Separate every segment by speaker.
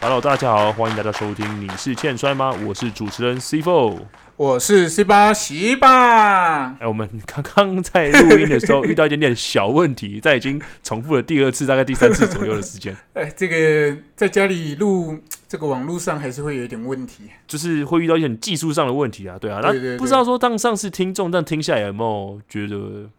Speaker 1: Hello，大家好，欢迎大家收听《你是欠摔吗》，我是主持人 C Four。
Speaker 2: 我是 C 八席吧
Speaker 1: 哎、，我们刚刚在录音的时候遇到一点点小问题，在已经重复了第二次，大概第三次左右的时间，
Speaker 2: 哎，这个在家里录这个网络上还是会有一点问题。
Speaker 1: 就是会遇到一点技术上的问题啊，对啊，那
Speaker 2: 对对对
Speaker 1: 不知道说当上次听众，但听下来有没有觉得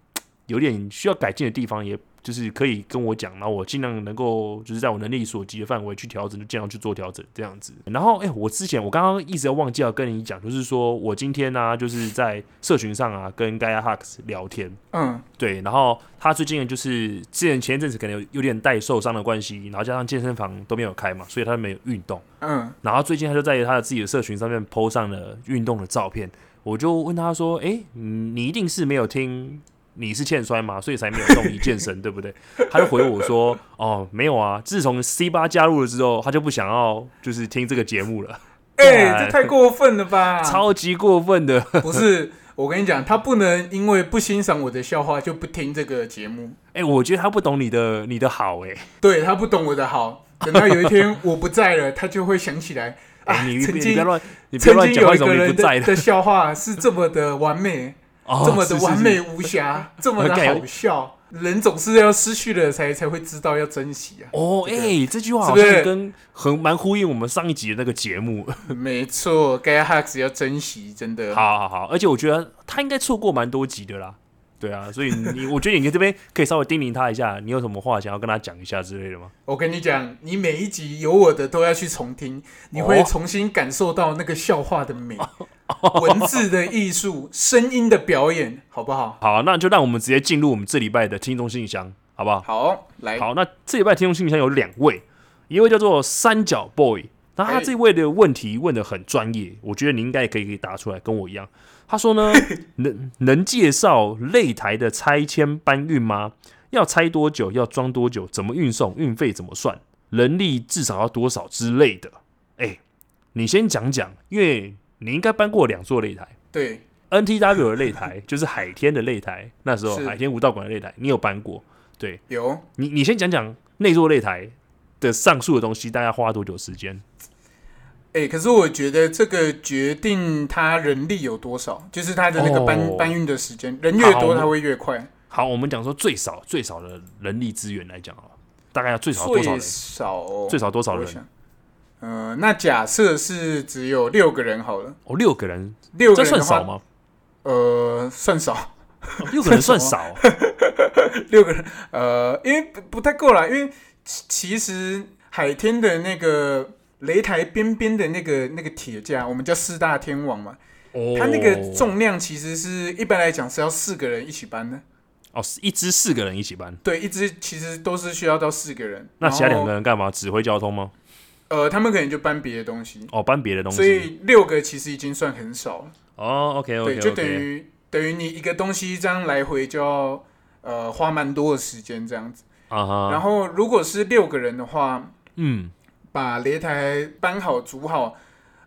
Speaker 1: 有点需要改进的地方，也就是可以跟我讲，然后我尽量能够就是在我能力所及的范围去调整，就尽量去做调整这样子。然后，哎、我之前我刚刚一直要忘记要跟你讲，就是说我今天呢、就是在社群上啊跟 Gaia Hux 聊天，
Speaker 2: 嗯，
Speaker 1: 对，然后他最近就是之前前一阵子可能有有点带受伤的关系，然后加上健身房都没有开嘛，所以他没有运动。
Speaker 2: 嗯，
Speaker 1: 然后最近他就在他的自己的社群上面 PO 上了运动的照片，我就问他说：“诶，嗯你一定是没有听你是欠摔嘛，所以才没有动力健身，对不 对？”他就回我说：“哦，没有啊，自从 C 八加入了之后，他就不想要就是听这个节目 了，
Speaker 2: 哎、
Speaker 1: 哎
Speaker 2: 这太过分了吧？
Speaker 1: 超级过分的。
Speaker 2: 不是，我跟你讲，他不能因为不欣赏我的笑话就不听这个节目。
Speaker 1: 诶，我觉得他不懂你的你的好、诶，
Speaker 2: 对他不懂我的好，等到有一天我不在了，他就会想起来
Speaker 1: 哎、
Speaker 2: 啊，
Speaker 1: 你
Speaker 2: 曾
Speaker 1: 你不要
Speaker 2: 经
Speaker 1: 乱 你不要
Speaker 2: 曾
Speaker 1: 乱
Speaker 2: 经
Speaker 1: 讲
Speaker 2: 有
Speaker 1: 话，
Speaker 2: 一
Speaker 1: 怎
Speaker 2: 个
Speaker 1: 么你
Speaker 2: 人
Speaker 1: 不在
Speaker 2: 的
Speaker 1: 了？
Speaker 2: 的笑话是这么的完美，
Speaker 1: 哦
Speaker 2: 这么的
Speaker 1: 是是
Speaker 2: 完
Speaker 1: 是
Speaker 2: 美无瑕，这么的
Speaker 1: 哎
Speaker 2: 好笑。人总是要失去了才才会知道要珍惜啊。
Speaker 1: 哦，哎、
Speaker 2: 这个
Speaker 1: 这句话
Speaker 2: 是
Speaker 1: 好
Speaker 2: 不是
Speaker 1: 像跟很蛮呼应我们上一集的那个节目。
Speaker 2: 没错，该 hacks 要珍惜，真的。，
Speaker 1: 好好好，而且我觉得他应该错过蛮多集的啦。对啊，所以你 我觉得你这边可以稍微叮咛他一下，你有什么话想要跟他讲一下之类的吗？
Speaker 2: 我跟你讲，你每一集有我的都要去重听，你会重新感受到那个笑话的美、
Speaker 1: 哦
Speaker 2: 文字的艺术、声音的表演，好不好？
Speaker 1: 好，那就让我们直接进入我们这礼拜的听众信箱，好不好？
Speaker 2: 好，来，
Speaker 1: 好，那这礼拜听众信箱有两位，一位叫做三角 boy，那他这位的问题问的很专业，我觉得你应该也可以给答出来，跟我一样。他说呢，能能介绍擂台的拆迁搬运吗？要拆多久？要装多久？怎么运送？运费怎么算？人力至少要多少之类的？哎、你先讲讲，因为你应该搬过两座擂台
Speaker 2: 对，
Speaker 1: ，NTW 的擂台 就是海天的擂台，那时候
Speaker 2: 是
Speaker 1: 海天武道馆的擂台，你有搬过？对，
Speaker 2: 有
Speaker 1: 你你先讲讲内座擂台的上述的东西，大概花多久时间？
Speaker 2: 哎、可是我觉得这个决定他人力有多少，就是他的那个搬、
Speaker 1: 哦
Speaker 2: 搬运的时间，人越
Speaker 1: 好我
Speaker 2: 多
Speaker 1: 们
Speaker 2: 他会越快，
Speaker 1: 好，我们讲说最少最少的人力资源来讲啊，大概要最少多少
Speaker 2: 最
Speaker 1: 人？
Speaker 2: 少哦
Speaker 1: 最少多少
Speaker 2: 我
Speaker 1: 人？
Speaker 2: 想，呃，那假设是只有六个人好了，
Speaker 1: 哦，六个人，
Speaker 2: 六个
Speaker 1: 这
Speaker 2: 人
Speaker 1: 算
Speaker 2: 的话
Speaker 1: 少吗？
Speaker 2: 呃，算少，
Speaker 1: 哦六个人算少哦，
Speaker 2: 六个人，呃，因为不不太够啦，因为其其实海天的那个擂台边边的那个那个铁架，我们叫四大天王嘛，
Speaker 1: 哦
Speaker 2: 它那个重量其实是一般来讲是要四个人一起搬的，
Speaker 1: 哦，是一支四个人一起搬，
Speaker 2: 对，一支其实都是需要到四个人，
Speaker 1: 那其他
Speaker 2: 然
Speaker 1: 两
Speaker 2: 后
Speaker 1: 个人干嘛？指挥交通吗？
Speaker 2: 呃，他们可能就搬别的东西，
Speaker 1: 哦，搬别的东
Speaker 2: 所
Speaker 1: 西。
Speaker 2: 以六个其实已经算很少了，
Speaker 1: 哦，OK
Speaker 2: 对，
Speaker 1: OK
Speaker 2: 就等
Speaker 1: OK，
Speaker 2: 于等于你一个东西这样来回就要呃花蛮多的时间这样子，
Speaker 1: 啊哈，
Speaker 2: 然后如果是六个人的话。
Speaker 1: 嗯，
Speaker 2: 把擂台搬好、组好，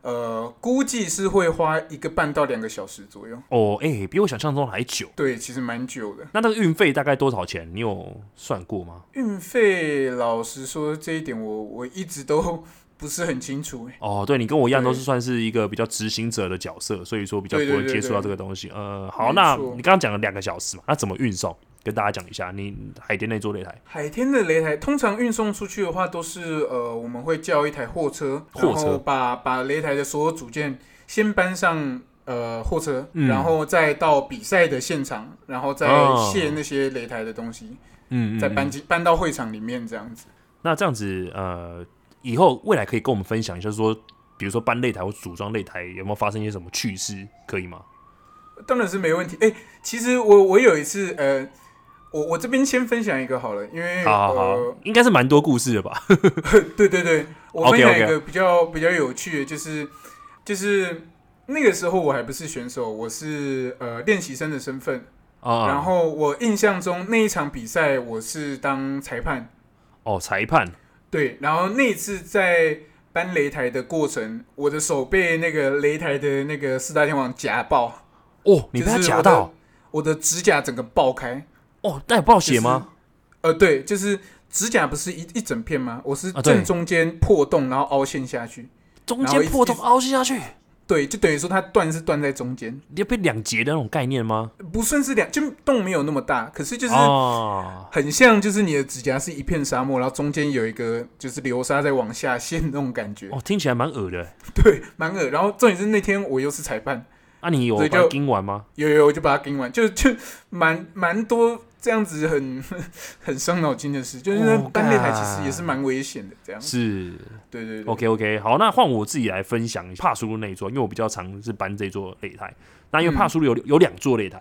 Speaker 2: 呃，估计是会花一个半到两个小时左右。
Speaker 1: 哦，哎，比我想象中还久。
Speaker 2: 对，其实蛮久的。
Speaker 1: 那那个运费大概多少钱？你有算过吗？
Speaker 2: 运费，老实说这一点我我一直都不是很清楚、欸。
Speaker 1: 哦，对你跟我一样
Speaker 2: 对
Speaker 1: 都是算是一个比较执行者的角色，所以说比较不
Speaker 2: 对对
Speaker 1: 会
Speaker 2: 对
Speaker 1: 接触到
Speaker 2: 对
Speaker 1: 这个东西。呃，好，
Speaker 2: 没
Speaker 1: 那
Speaker 2: 错
Speaker 1: 你刚刚讲了两个小时嘛，那怎么运送？跟大家讲一下，你海淀那座擂台
Speaker 2: 海天的擂台通常运送出去的话，都是呃，我们会叫一台货车，
Speaker 1: 货车
Speaker 2: 然后把把擂台的所有组件先搬上呃货车，
Speaker 1: 嗯
Speaker 2: 然后再到比赛的现场，然后再
Speaker 1: 哦
Speaker 2: 卸那些擂台的东西，
Speaker 1: 嗯
Speaker 2: 再搬。进搬到会场里面这样子。
Speaker 1: 那这样子，呃，以后未来可以跟我们分享一下，就是说，比如说搬擂台或组装擂台，有没有发生一些什么趣事，可以吗？
Speaker 2: 当然是没问题。哎、其实我我有一次，呃，我我这边先分享一个好了，因为
Speaker 1: 好好好，应该是蛮多故事的吧？
Speaker 2: 呃，对对对，我分
Speaker 1: OK，OK
Speaker 2: 享一个比较比较有趣的，就是就是那个时候我还不是选手，我是呃练习生的身份。
Speaker 1: 啊，
Speaker 2: 然后我印象中那一场比赛我是当裁判，
Speaker 1: 哦，裁判
Speaker 2: 对，然后那一次在。搬擂台的过程，我的手被那个擂台的那个四大天王夹爆，
Speaker 1: 哦，你被他
Speaker 2: 就是
Speaker 1: 夹
Speaker 2: 我的
Speaker 1: 到
Speaker 2: 我的指甲整个爆开，
Speaker 1: 哦，那有报血吗？
Speaker 2: 呃，对，就是指甲不是一一整片吗？我是
Speaker 1: 啊对
Speaker 2: 正中间破洞，然后凹陷下去。
Speaker 1: 中
Speaker 2: 然后
Speaker 1: 间
Speaker 2: 一
Speaker 1: 破洞
Speaker 2: 一
Speaker 1: 凹陷下去，
Speaker 2: 对，就等于说它断是断在中间，
Speaker 1: 你要被两截的那种概念吗？
Speaker 2: 不算是两，就洞没有那么大，可是就是
Speaker 1: 哦，
Speaker 2: 很像，就是你的指甲是一片沙漠，然后中间有一个就是流沙在往下陷那种感觉，
Speaker 1: 哦，听起来蛮恶的。
Speaker 2: 对，蛮恶。然后重点是那天我又是裁判，
Speaker 1: 那、啊你有
Speaker 2: 所以
Speaker 1: 把它
Speaker 2: 就
Speaker 1: 盯完吗？
Speaker 2: 有有我就把它盯完，就就蛮蛮多这样子很很伤脑筋的事，就是那
Speaker 1: 哦
Speaker 2: 搬擂台
Speaker 1: 干
Speaker 2: 其实也是蛮危险的，这样，
Speaker 1: 是
Speaker 2: 对对对
Speaker 1: ，OK OK，好，那换我自己来分享帕苏路那一座，因为我比较常是搬这座擂台。那因为
Speaker 2: 嗯
Speaker 1: 帕苏路有、有两座擂台，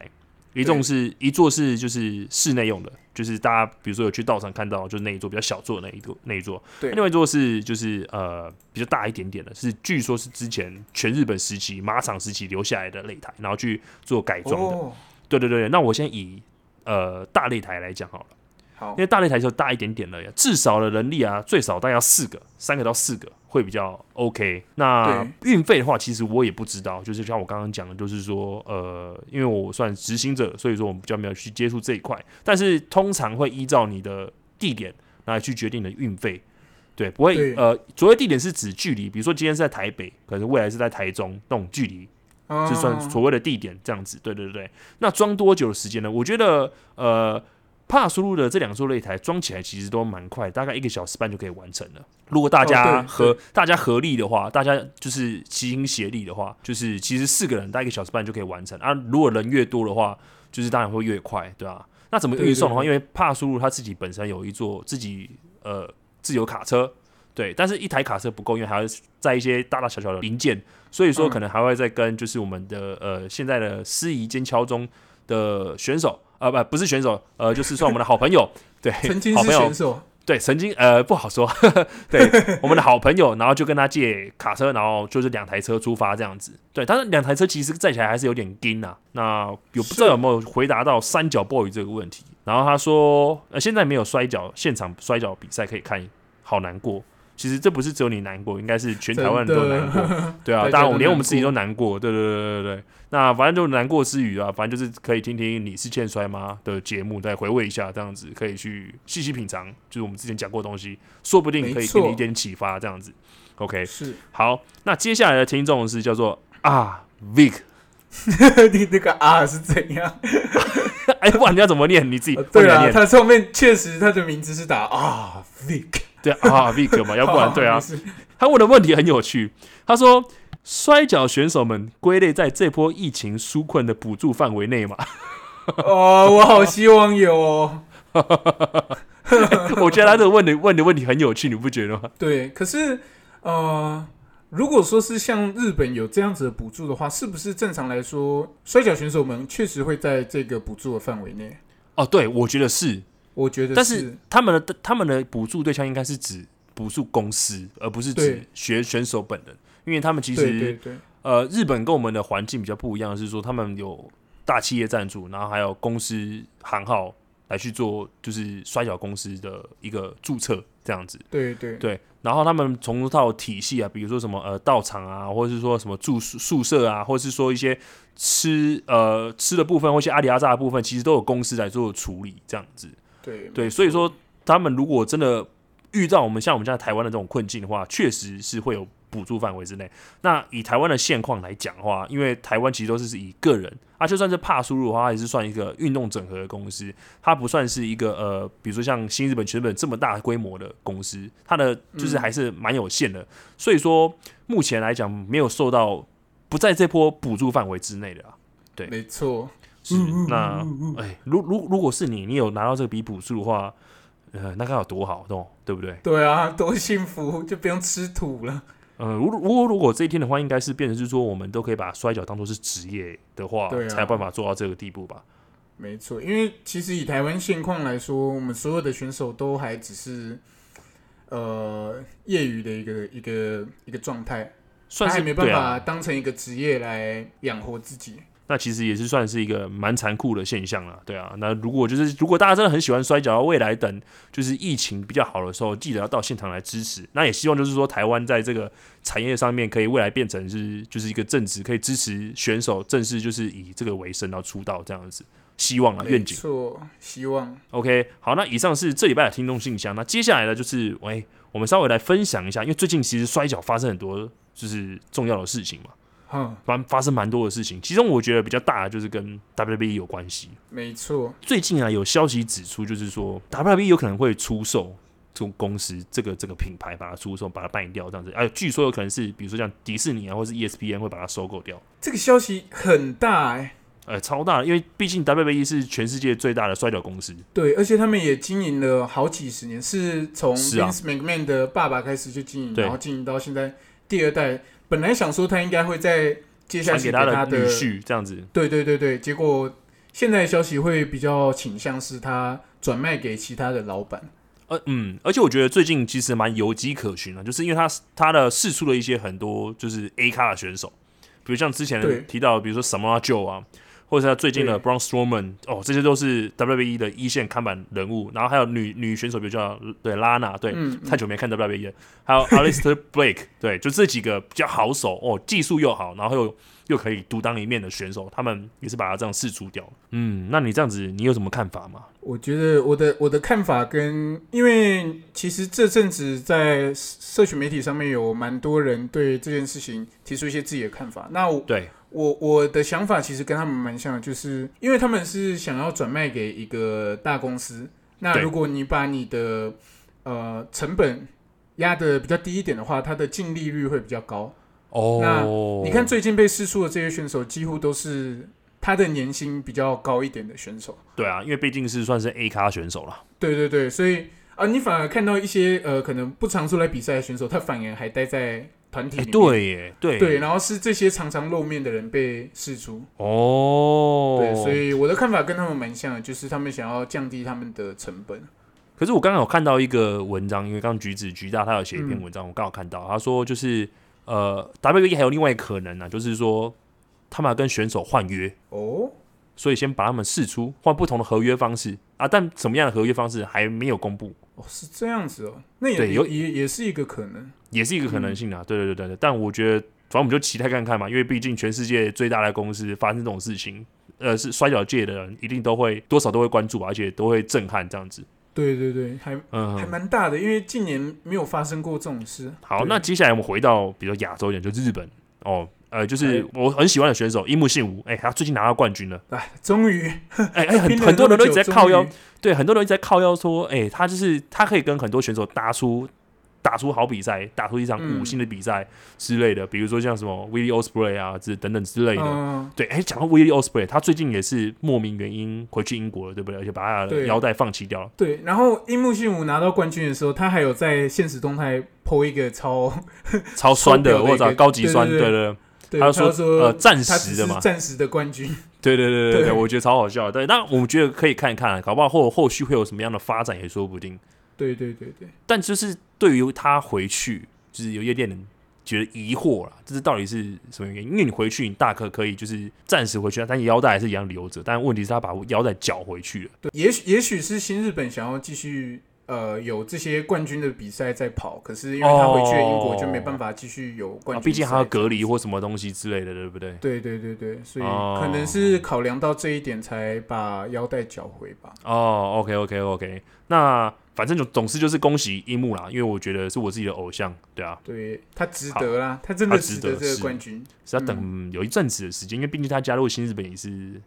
Speaker 1: 一
Speaker 2: 对
Speaker 1: 种是一座是就是室内用的，就是大家比如说有去道场看到，就是那一座比较小座的那一座那一座。
Speaker 2: 对
Speaker 1: 另外一座是就是呃比较大一点点的，是据说是之前全日本时期马场时期留下来的擂台，然后去做改装的。
Speaker 2: 哦，
Speaker 1: 对对对，那我先以呃大擂台来讲好了。
Speaker 2: 好
Speaker 1: 因，为大擂台就大一点点了呀，至少的人力啊，最少大概要四个，三个到四个会比较 OK。那运费的话，其实我也不知道，就是像我刚刚讲的，就是说，呃，因为我算执行者，所以说我们比较没有去接触这一块，但是通常会依照你的地点来去决定你的运费。对，不会
Speaker 2: 对
Speaker 1: 呃，所谓地点是指距离，比如说今天是在台北，可能未来是在台中那种距离，
Speaker 2: 就
Speaker 1: 就算
Speaker 2: 哦
Speaker 1: 所谓的地点这样子。对对对，那装多久的时间呢？我觉得呃，帕苏路的这两座擂台装起来其实都蛮快，大概一个小时半就可以完成了。如果大家
Speaker 2: 哦对
Speaker 1: 合、大家合力的话，大家就是齐心协力的话，就是其实四个人大概一个小时半就可以完成啊。如果人越多的话，就是当然会越快，对吧、那怎么
Speaker 2: 对对
Speaker 1: 运送的话，
Speaker 2: 对
Speaker 1: 因为帕苏路他自己本身有一座自己呃自有卡车，对，但是一台卡车不够，因为还要在一些大大小小的零件，所以说
Speaker 2: 嗯
Speaker 1: 可能还会再跟就是我们的呃现在的司仪兼敲钟的选手，呃不不是选手，呃就是算我们的好朋友，对，
Speaker 2: 曾经
Speaker 1: 好
Speaker 2: 是
Speaker 1: 朋友
Speaker 2: 选手，
Speaker 1: 对，曾经呃不好说， 对我们的好朋友，然后就跟他借卡车，然后就是两台车出发这样子。对，但是两台车其实载起来还是有点硬啊。那有不知道有没有回答到三角 boy 这个问题？然后他说，呃，现在没有摔跤，现场摔跤比赛可以看，好难过。 其实这不是只有你难过，应该是全台湾人都难过。对啊，
Speaker 2: 大家
Speaker 1: 当然我
Speaker 2: 都
Speaker 1: 们连我们
Speaker 2: 难
Speaker 1: 自己都难过，对对对对对。那反正就难过之余啊，反正就是可以听听你是欠摔吗的节目，再回味一下，这样子可以去细细品尝，就是我们之前讲过的东西，说不定可以
Speaker 2: 没
Speaker 1: 给
Speaker 2: 错
Speaker 1: 你一点启发，这样子。OK，
Speaker 2: 是
Speaker 1: 好，那接下来的听众是叫做啊 Vic，
Speaker 2: 你那个啊是怎样？
Speaker 1: 哎，不然你要怎么念？你自己
Speaker 2: 呃
Speaker 1: 不
Speaker 2: 对
Speaker 1: 然
Speaker 2: 啊，
Speaker 1: 念
Speaker 2: 他上面确实他的名字是打啊 Vic，
Speaker 1: 对啊 Vic 嘛，要不然对啊
Speaker 2: 没，事
Speaker 1: 他问的问题很有趣，他说。摔跤选手们归类在这波疫情纾困的补助范围内嘛？
Speaker 2: 哦，我好希望有哦。
Speaker 1: 我觉得他这个问的问的问题很有趣，你不觉得吗？
Speaker 2: 对，可是呃，如果说是像日本有这样子的补助的话，是不是正常来说，摔跤选手们确实会在这个补助的范围内？
Speaker 1: 哦，对，我觉得是，
Speaker 2: 我觉得
Speaker 1: 但
Speaker 2: 是
Speaker 1: 是他们的他们的补助对象应该是指补助公司，而不是指
Speaker 2: 对
Speaker 1: 学选手本人，因为他们其实
Speaker 2: 对对对，
Speaker 1: 呃，日本跟我们的环境比较不一样，是说他们有大企业赞助，然后还有公司行号来去做，就是摔跤公司的一个注册这样子。
Speaker 2: 对对
Speaker 1: 对，然后他们从头到体系啊，比如说什么呃道场啊，或者是说什么住宿宿舍啊，或者是说一些吃呃吃的部分，或一些阿里阿扎的部分，其实都有公司来做处理这样子。
Speaker 2: 对
Speaker 1: 对，所以说他们如果真的遇到我们像我们现在台湾的这种困境的话，确实是会有补助范围之内。那以台湾的现况来讲的话，因为台湾其实都是以个人，啊，就算是帕输入的话，它也是算一个运动整合的公司，它不算是一个呃，比如说像新日本、全日本这么大规模的公司，它的就是
Speaker 2: 嗯
Speaker 1: 还是蛮有限的。所以说目前来讲，没有受到不在这波补助范围之内的、啊。对
Speaker 2: 没错。
Speaker 1: 是，
Speaker 2: 嗯
Speaker 1: 那哎，如如如果是你，你有拿到这个笔补助的话，呃，那该有多好，懂对不对？
Speaker 2: 对啊，多幸福，就不用吃土了。
Speaker 1: 呃，如如果如果这一天的话，应该是变成是说，我们都可以把摔跤当做是职业的话，
Speaker 2: 对啊
Speaker 1: 才有办法做到这个地步吧？
Speaker 2: 没错，因为其实以台湾现况来说，我们所有的选手都还只是呃业余的一个一个一个状态，他
Speaker 1: 算
Speaker 2: 还
Speaker 1: 是
Speaker 2: 没办
Speaker 1: 对
Speaker 2: 法
Speaker 1: 啊，
Speaker 2: 当成一个职业来养活自己。
Speaker 1: 那其实也是算是一个蛮残酷的现象了，对啊。那如果就是如果大家真的很喜欢摔跤，未来等就是疫情比较好的时候，记得要到现场来支持。那也希望就是说，台湾在这个产业上面可以未来变成是就是一个正职，可以支持选手正式就是以这个为生，然后出道这样子。希望啊，愿景。
Speaker 2: 错，希望
Speaker 1: OK，好，那以上是这礼拜的听众信箱。那接下来呢，就是喂、我们稍微来分享一下，因为最近其实摔跤发生很多就是重要的事情嘛，
Speaker 2: 嗯，
Speaker 1: 发发生蛮多的事情。其中我觉得比较大的就是跟 WWE 有关系。
Speaker 2: 没错，
Speaker 1: 最近啊，有消息指出，就是说 WWE 有可能会出售这种公司这个这个品牌，把它出售，把它卖掉这样子。哎、据说有可能是比如说像迪士尼啊，或是 ESPN 会把它收购掉。
Speaker 2: 这个消息很大哎、
Speaker 1: 呃，超大的，因为毕竟 WWE 是全世界最大的摔跤公司。
Speaker 2: 对，而且他们也经营了好几十年，是从
Speaker 1: 是啊
Speaker 2: Vince McMahon 的爸爸开始就经营，
Speaker 1: 对
Speaker 2: 然后经营到现在第二代。本来想说他应该会在接下
Speaker 1: 传
Speaker 2: 去
Speaker 1: 给
Speaker 2: 给
Speaker 1: 他
Speaker 2: 他
Speaker 1: 的女
Speaker 2: 的，
Speaker 1: 婿这样子，
Speaker 2: 对对对对，结果现在的消息会比较倾向是他转卖给其他的老板。
Speaker 1: 呃嗯，而且我觉得最近其实蛮有迹可循的，就是因为他他的试出了一些很多就是 A 咖的选手，比如像之前
Speaker 2: 对
Speaker 1: 提到的，比如说 Samoa Joe 啊，或者是他最近的 Braun Strowman 哦，这些都是 WWE 的一线看板人物。然后还有女女选手，比如叫对拉娜，对，
Speaker 2: 嗯，
Speaker 1: 太久没看 WWE 了， 还有 Alistair Blake，对，就这几个比较好手哦，技术又好，然后又又可以独当一面的选手，他们也是把他这样试出掉。嗯，那你这样子，你有什么看法吗？
Speaker 2: 我觉得我的我的看法跟，因为其实这阵子在社群媒体上面有蛮多人对这件事情提出一些自己的看法。那我
Speaker 1: 对，
Speaker 2: 我我的想法其实跟他们蛮像的，就是因为他们是想要转卖给一个大公司。那
Speaker 1: 对
Speaker 2: 如果你把你的呃成本压的比较低一点的话，它的净利率会比较高。
Speaker 1: 哦，
Speaker 2: 你看最近被试出的这些选手，几乎都是他的年薪比较高一点的选手。
Speaker 1: 对啊，因为毕竟是算是 A 咖选手啦。
Speaker 2: 对对对，所以啊，你反而看到一些呃可能不常出来比赛的选手，他反而还待在团体
Speaker 1: 哎、
Speaker 2: 里面。
Speaker 1: 对耶，对
Speaker 2: 对，然后是这些常常露面的人被试出。
Speaker 1: 哦，
Speaker 2: 对，所以我的看法跟他们蛮像的，就是他们想要降低他们的成本。
Speaker 1: 可是我刚刚有看到一个文章，因为刚刚橘子橘大他有写一篇文章，我刚好看到他说就是呃 WWE 还有另外一个可能呢、啊，就是说他们要跟选手换约，
Speaker 2: 哦，
Speaker 1: 所以先把他们试出，换不同的合约方式啊，但什么样的合约方式还没有公布，
Speaker 2: 哦，是这样子哦，那也
Speaker 1: 对有
Speaker 2: 也也是一个可能。
Speaker 1: 也是一个可能性
Speaker 2: 嗯
Speaker 1: 啊。对对对对对，但我觉得反正我们就期待看看嘛，因为毕竟全世界最大的公司发生这种事情，呃，是摔跤界的人一定都会多少都会关注吧，而且都会震撼这样子。
Speaker 2: 对对对，还还
Speaker 1: 嗯，
Speaker 2: 蛮大的，因为近年没有发生过这种事。
Speaker 1: 好，
Speaker 2: 对
Speaker 1: 那接下来我们回到比较亚洲一点，就日本哦。呃，就是我很喜欢的选手樱木信吾，哎、他最近拿到冠军了，
Speaker 2: 哎，终于
Speaker 1: 哎、哎，很
Speaker 2: 拼了
Speaker 1: 很多人都
Speaker 2: 那
Speaker 1: 一直
Speaker 2: 么久
Speaker 1: 在靠腰
Speaker 2: 终于，
Speaker 1: 对，很多人一直在靠腰说，哎、他就是他可以跟很多选手打出打出好比赛，打出一场
Speaker 2: 嗯
Speaker 1: 五星的比赛之类的，比如说像什么 Willie Osprey 啊，之等等之类的。
Speaker 2: 嗯，
Speaker 1: 对，哎、讲到 Willie Osprey，他最近也是莫名原因回去英国了，对不对？而且把他的
Speaker 2: 对
Speaker 1: 腰带放弃掉了。
Speaker 2: 对。然后樱木信吾拿到冠军的时候，他还有在现实动态 PO 一个超，
Speaker 1: 超酸
Speaker 2: 超
Speaker 1: 的，
Speaker 2: 屌的
Speaker 1: 我
Speaker 2: 一个
Speaker 1: 操，高级
Speaker 2: 对
Speaker 1: 酸，
Speaker 2: 对
Speaker 1: 对
Speaker 2: 对
Speaker 1: 对
Speaker 2: 对，
Speaker 1: 他
Speaker 2: 他
Speaker 1: 就说
Speaker 2: 说
Speaker 1: 呃暂时
Speaker 2: 他只
Speaker 1: 的
Speaker 2: 是
Speaker 1: 嘛
Speaker 2: 暂时的冠军。
Speaker 1: 对对对对对，
Speaker 2: 对
Speaker 1: 我觉得超好笑的。对，那我们觉得可以看一看啊，搞不好后后续会有什么样的发展也说不定。
Speaker 2: 对对对对，
Speaker 1: 但就是对于他回去，就是有一点点觉得疑惑啦，这是到底是什么原因？因为你回去，你大可可以就是暂时回去，但你腰带还是一样留着。但问题是，他把腰带绞回去了。
Speaker 2: 对，也许也许是新日本想要继续呃有这些冠军的比赛在跑，可是因为他回去了英国
Speaker 1: 哦
Speaker 2: 就没办法继续有冠
Speaker 1: 啊
Speaker 2: 军、
Speaker 1: 毕竟还要。隔离或什么东西之类的，对不对？
Speaker 2: 对对对对，所以
Speaker 1: 哦
Speaker 2: 可能是考量到这一点才把腰带缴回吧。
Speaker 1: 哦，OK OK OK，那反正总总之就是恭喜樱木啦，因为我觉得是我自己的偶像，对啊，
Speaker 2: 对他值得啦，他真的
Speaker 1: 他值得
Speaker 2: 得这个
Speaker 1: 是
Speaker 2: 冠军。
Speaker 1: 是要啊等嗯有一阵子的时间，因为毕竟他加入新日本也是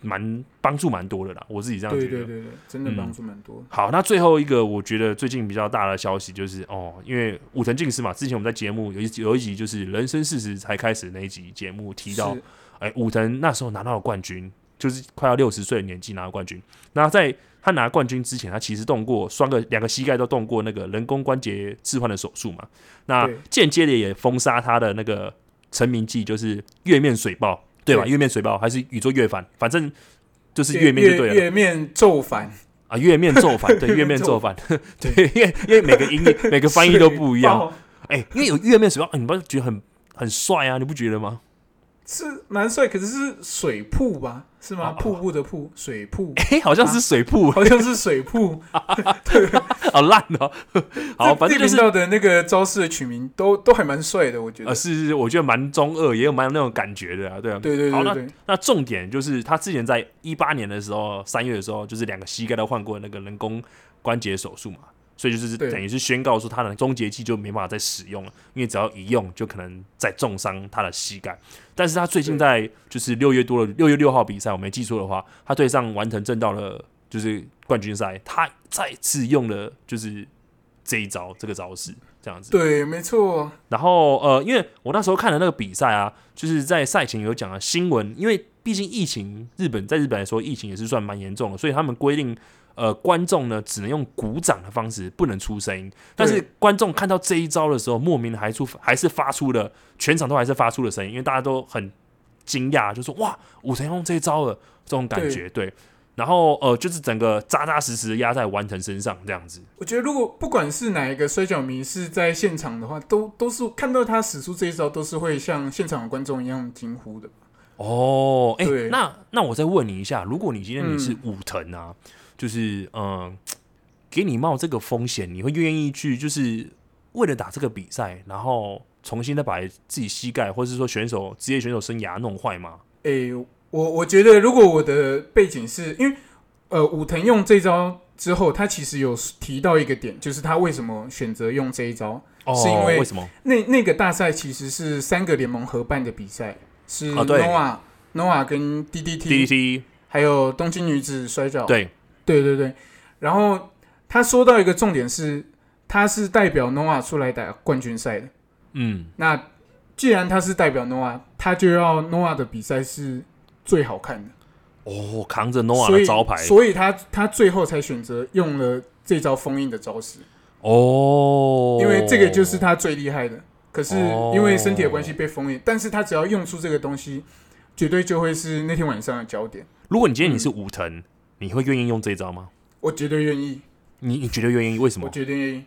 Speaker 1: 蛮帮助蛮多的啦，我自己这样觉
Speaker 2: 对
Speaker 1: 得。
Speaker 2: 对对对，真的
Speaker 1: 嗯
Speaker 2: 帮助蛮多。
Speaker 1: 好，那最后一个我觉得最近比较大的消息就是哦，因为武藤进司嘛，之前我们在节目有一集有一集就是《人生四十才开始》那一集节目提到
Speaker 2: 是，
Speaker 1: 哎，武藤那时候拿到了冠军，就是快要六十岁的年纪拿到冠军。那在他拿冠军之前，他其实动过双个两个膝盖都动过那个人工关节置换的手术嘛。那
Speaker 2: 对
Speaker 1: 间接的也封杀他的那个成名技，就是月面水爆，对吧？
Speaker 2: 对
Speaker 1: 月面水爆还是宇宙月反，反正就是
Speaker 2: 月
Speaker 1: 月面就对了。
Speaker 2: 月面咒反，
Speaker 1: 啊，月面咒 反，对，
Speaker 2: 月面
Speaker 1: 月面
Speaker 2: 咒
Speaker 1: 咒反， 对，因为因为每个音 译每个 翻译都不一样，
Speaker 2: 水爆。
Speaker 1: 哎、因为有月面水爆，哎你不觉得很很帅啊？你不觉得吗？
Speaker 2: 是蛮帅，可是是水瀑吧？是吗？
Speaker 1: 哦哦
Speaker 2: 瀑布的瀑，水瀑，
Speaker 1: 哎、好像是水瀑，
Speaker 2: 好像是水瀑。
Speaker 1: 好烂 哦、 好，
Speaker 2: 这
Speaker 1: 反正就
Speaker 2: 地
Speaker 1: 是
Speaker 2: 频道的那个招式的取名都都还蛮帅的，我觉得
Speaker 1: 呃，。是是我觉得蛮中二，也有蛮有那种感觉的啊，对啊。
Speaker 2: 对对
Speaker 1: 好，
Speaker 2: 对
Speaker 1: 那
Speaker 2: 对，
Speaker 1: 那重点就是他之前在一八年的时候，三月的时候，就是两个膝盖都换过那个人工关节手术嘛，所以就是
Speaker 2: 对
Speaker 1: 等于是宣告说他的终结技就没办法再使用了，因为只要一用就可能再重伤他的膝盖。但是他最近在就是六月多的六月六号比赛，我没记错的话，他对上完成正道的，就是冠军赛，他再次用了就是这一招这个招式这样子。
Speaker 2: 对，没错，
Speaker 1: 然后呃，因为我那时候看的那个比赛啊，就是在赛前有讲了新闻，因为毕竟疫情，日本在日本来说疫情也是算蛮严重的，所以他们规定呃观众呢只能用鼓掌的方式，不能出声音。但是观众看到这一招的时候，莫名的还出还是发出了全场都还是发出了声音，因为大家都很惊讶，就说哇，武藤用这一招了，这种感觉对。然后呃，就是整个扎扎实实地压在完成身上这样子。
Speaker 2: 我觉得如果不管是哪一个摔跤迷是在现场的话，都都是看到他使出这一招，都是会像现场的观众一样惊呼的。
Speaker 1: 哦，哎、
Speaker 2: 对
Speaker 1: 那那我再问你一下，如果你今天你是
Speaker 2: 嗯
Speaker 1: 武藤啊，就是嗯、呃给你冒这个风险，你会愿意去就是为了打这个比赛，然后重新再把自己膝盖，或者是说选手职业选手生涯弄坏吗？
Speaker 2: 诶、我我觉得如果我的背景是因为呃武藤用这招之后，他其实有提到一个点，就是他为什么选择用这一招。
Speaker 1: 哦，
Speaker 2: 是因为
Speaker 1: 为什么？
Speaker 2: 那那个大赛其实是三个联盟合办的比赛，是
Speaker 1: 哦对
Speaker 2: Nova、Nova 跟 DDT，,
Speaker 1: DDT
Speaker 2: 还有东京女子摔跤。
Speaker 1: 对
Speaker 2: 对对对，然后他说到一个重点是，他是代表 Nova 出来打冠军赛的。
Speaker 1: 嗯
Speaker 2: 那既然他是代表 Nova，他就要 Nova 的比赛是最好看的，
Speaker 1: 哦，扛着 NOVA
Speaker 2: 所
Speaker 1: 的
Speaker 2: 以
Speaker 1: 招牌
Speaker 2: 所以他他最后才选择用了这招封印的招式，
Speaker 1: 哦，
Speaker 2: 因为这个就是他最厉害的。可是
Speaker 1: 哦
Speaker 2: 因为身体的关系被封印，但是他只要用出这个东西，绝对就会是那天晚上的焦点。
Speaker 1: 如果你今天你
Speaker 2: 嗯
Speaker 1: 是武藤，你会愿意用这一招吗？
Speaker 2: 我绝对愿意。
Speaker 1: 你你觉得愿意？为什
Speaker 2: 我
Speaker 1: 么？
Speaker 2: 决定，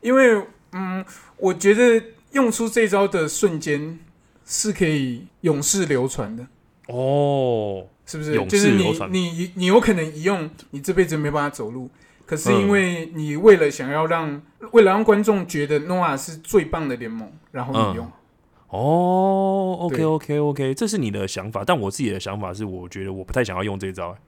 Speaker 2: 因为嗯，我觉得用出这招的瞬间是可以永世流传的，
Speaker 1: 哦，
Speaker 2: 是不是？
Speaker 1: 永世
Speaker 2: 就是
Speaker 1: 流
Speaker 2: 你
Speaker 1: 传
Speaker 2: 你你有可能一用，你这辈子没办法走路。可是
Speaker 1: 嗯
Speaker 2: 因为你为了想要让、为了让观众觉得诺亚是最棒的联盟，然后
Speaker 1: 嗯
Speaker 2: 你用，
Speaker 1: 哦，OK
Speaker 2: 对
Speaker 1: OK OK，这是你的想法，但我自己的想法是，我觉得我不太想要用这招、欸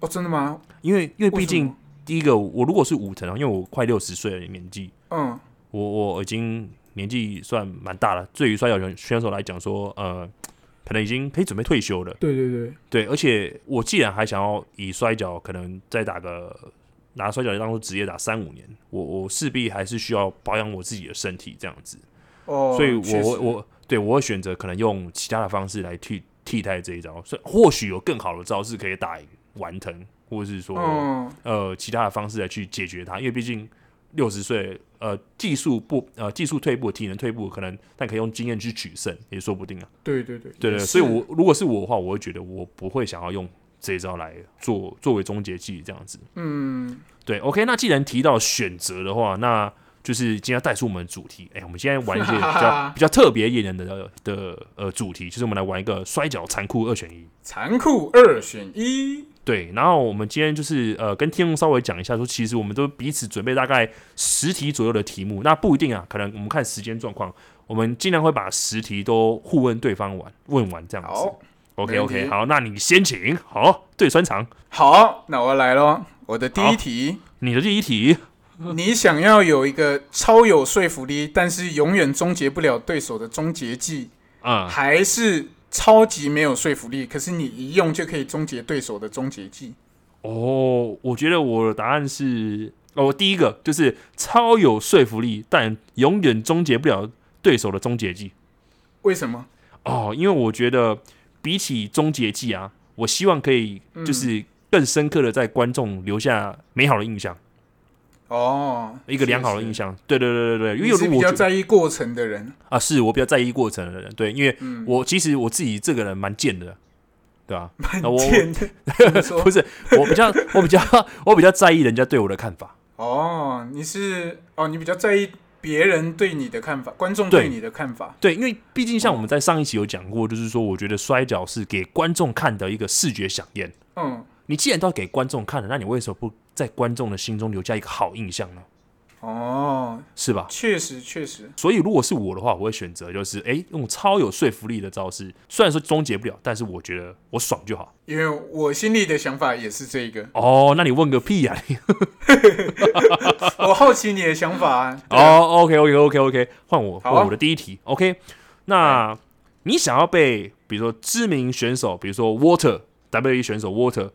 Speaker 2: 哦，真的吗？
Speaker 1: 因为因为毕
Speaker 2: 为什
Speaker 1: 竟
Speaker 2: 么
Speaker 1: 第一个，我如果是武藤啊，因为我快六十岁的年纪，
Speaker 2: 嗯，
Speaker 1: 我我已经年纪算蛮大了，对于摔跤选选手来讲说，呃，可能已经可以准备退休了。
Speaker 2: 对对对，
Speaker 1: 对，而且我既然还想要以摔跤，可能再打个拿摔跤当做职业打三五年，我我势必还是需要保养我自己的身体这样子。
Speaker 2: 哦，
Speaker 1: 所以
Speaker 2: 确实
Speaker 1: 我我对我会选择可能用其他的方式来替替代这一招，所以或许有更好的招式可以打赢完藤，或者是说、
Speaker 2: 嗯，
Speaker 1: 呃其他的方式来去解决它，因为毕竟六十岁呃技术不呃技术退步、体能退步，可能但可以用经验去取胜，也说不定啊。
Speaker 2: 对对对，
Speaker 1: 对对，
Speaker 2: 也是
Speaker 1: 所以我如果是我的话，我会觉得我不会想要用这一招来做作为终结技这样子。
Speaker 2: 嗯，
Speaker 1: 对，OK，那既然提到选择的话，那就是今天要带出我们的主题。哎、我们今天玩一些比较 比较特别一点的的呃主题，就是我们来玩一个摔跤残酷二选一。
Speaker 2: 残酷二选一，
Speaker 1: 对，然后我们今天就是呃跟听众稍微讲一下，说其实我们都彼此准备大概十题左右的题目，那不一定啊，可能我们看时间状况，我们尽量会把十题都互问对方完问完这样子。
Speaker 2: 好。
Speaker 1: OK
Speaker 2: 没问题
Speaker 1: OK，好，那你先请，好，对酸肠，
Speaker 2: 好，那我来喽。我的第一题，
Speaker 1: 你的第一题，
Speaker 2: 你想要有一个超有说服力，但是永远终结不了对手的终结技，
Speaker 1: 嗯，
Speaker 2: 还是超级没有说服力，可是你一用就可以终结对手的终结技？
Speaker 1: 哦，我觉得我的答案是，哦，第一个就是超有说服力，但永远终结不了对手的终结技。
Speaker 2: 为什么？
Speaker 1: 哦，因为我觉得比起终结技啊，我希望可以
Speaker 2: 嗯
Speaker 1: 就是更深刻的在观众留下美好的印象，
Speaker 2: 哦，
Speaker 1: 一个良好的印象。对对对对对，
Speaker 2: 确实。
Speaker 1: 因为
Speaker 2: 你是
Speaker 1: 如果我
Speaker 2: 比较
Speaker 1: 觉得
Speaker 2: 在意过程 的人，
Speaker 1: 啊，是我比较在意过程的人，对，因为
Speaker 2: 嗯，
Speaker 1: 我其实我自己这个人蛮贱的，对吧、
Speaker 2: 蛮
Speaker 1: 我
Speaker 2: 贱的。怎么说
Speaker 1: 不是，我 比较我比较我比较在意人家对我的看法。
Speaker 2: 哦，你是哦，你比较在意别人对你的看法，观众对你的看法。
Speaker 1: 对，因为毕竟像我们在上一期有讲过，就是说，我觉得摔跤是给观众看的一个视觉飨宴。
Speaker 2: 嗯，
Speaker 1: 你既然都要给观众看了，那你为什么不在观众的心中留下一个好印象呢？
Speaker 2: 哦，
Speaker 1: 是吧？
Speaker 2: 确实确实，
Speaker 1: 所以如果是我的话，我会选择就是，诶，用超有说服力的招式，虽然说终结不了，但是我觉得我爽就好。
Speaker 2: 因为我心里的想法也是 这个。
Speaker 1: 哦，那你问个屁呀、你
Speaker 2: 我好奇你的想法、啊。对啊，
Speaker 1: 哦，OK OK OK OK，换我
Speaker 2: 好
Speaker 1: 换
Speaker 2: 啊
Speaker 1: 我的第一题。OK，那你想要被比如说知名选手，比如说 Water WWE 选手 Water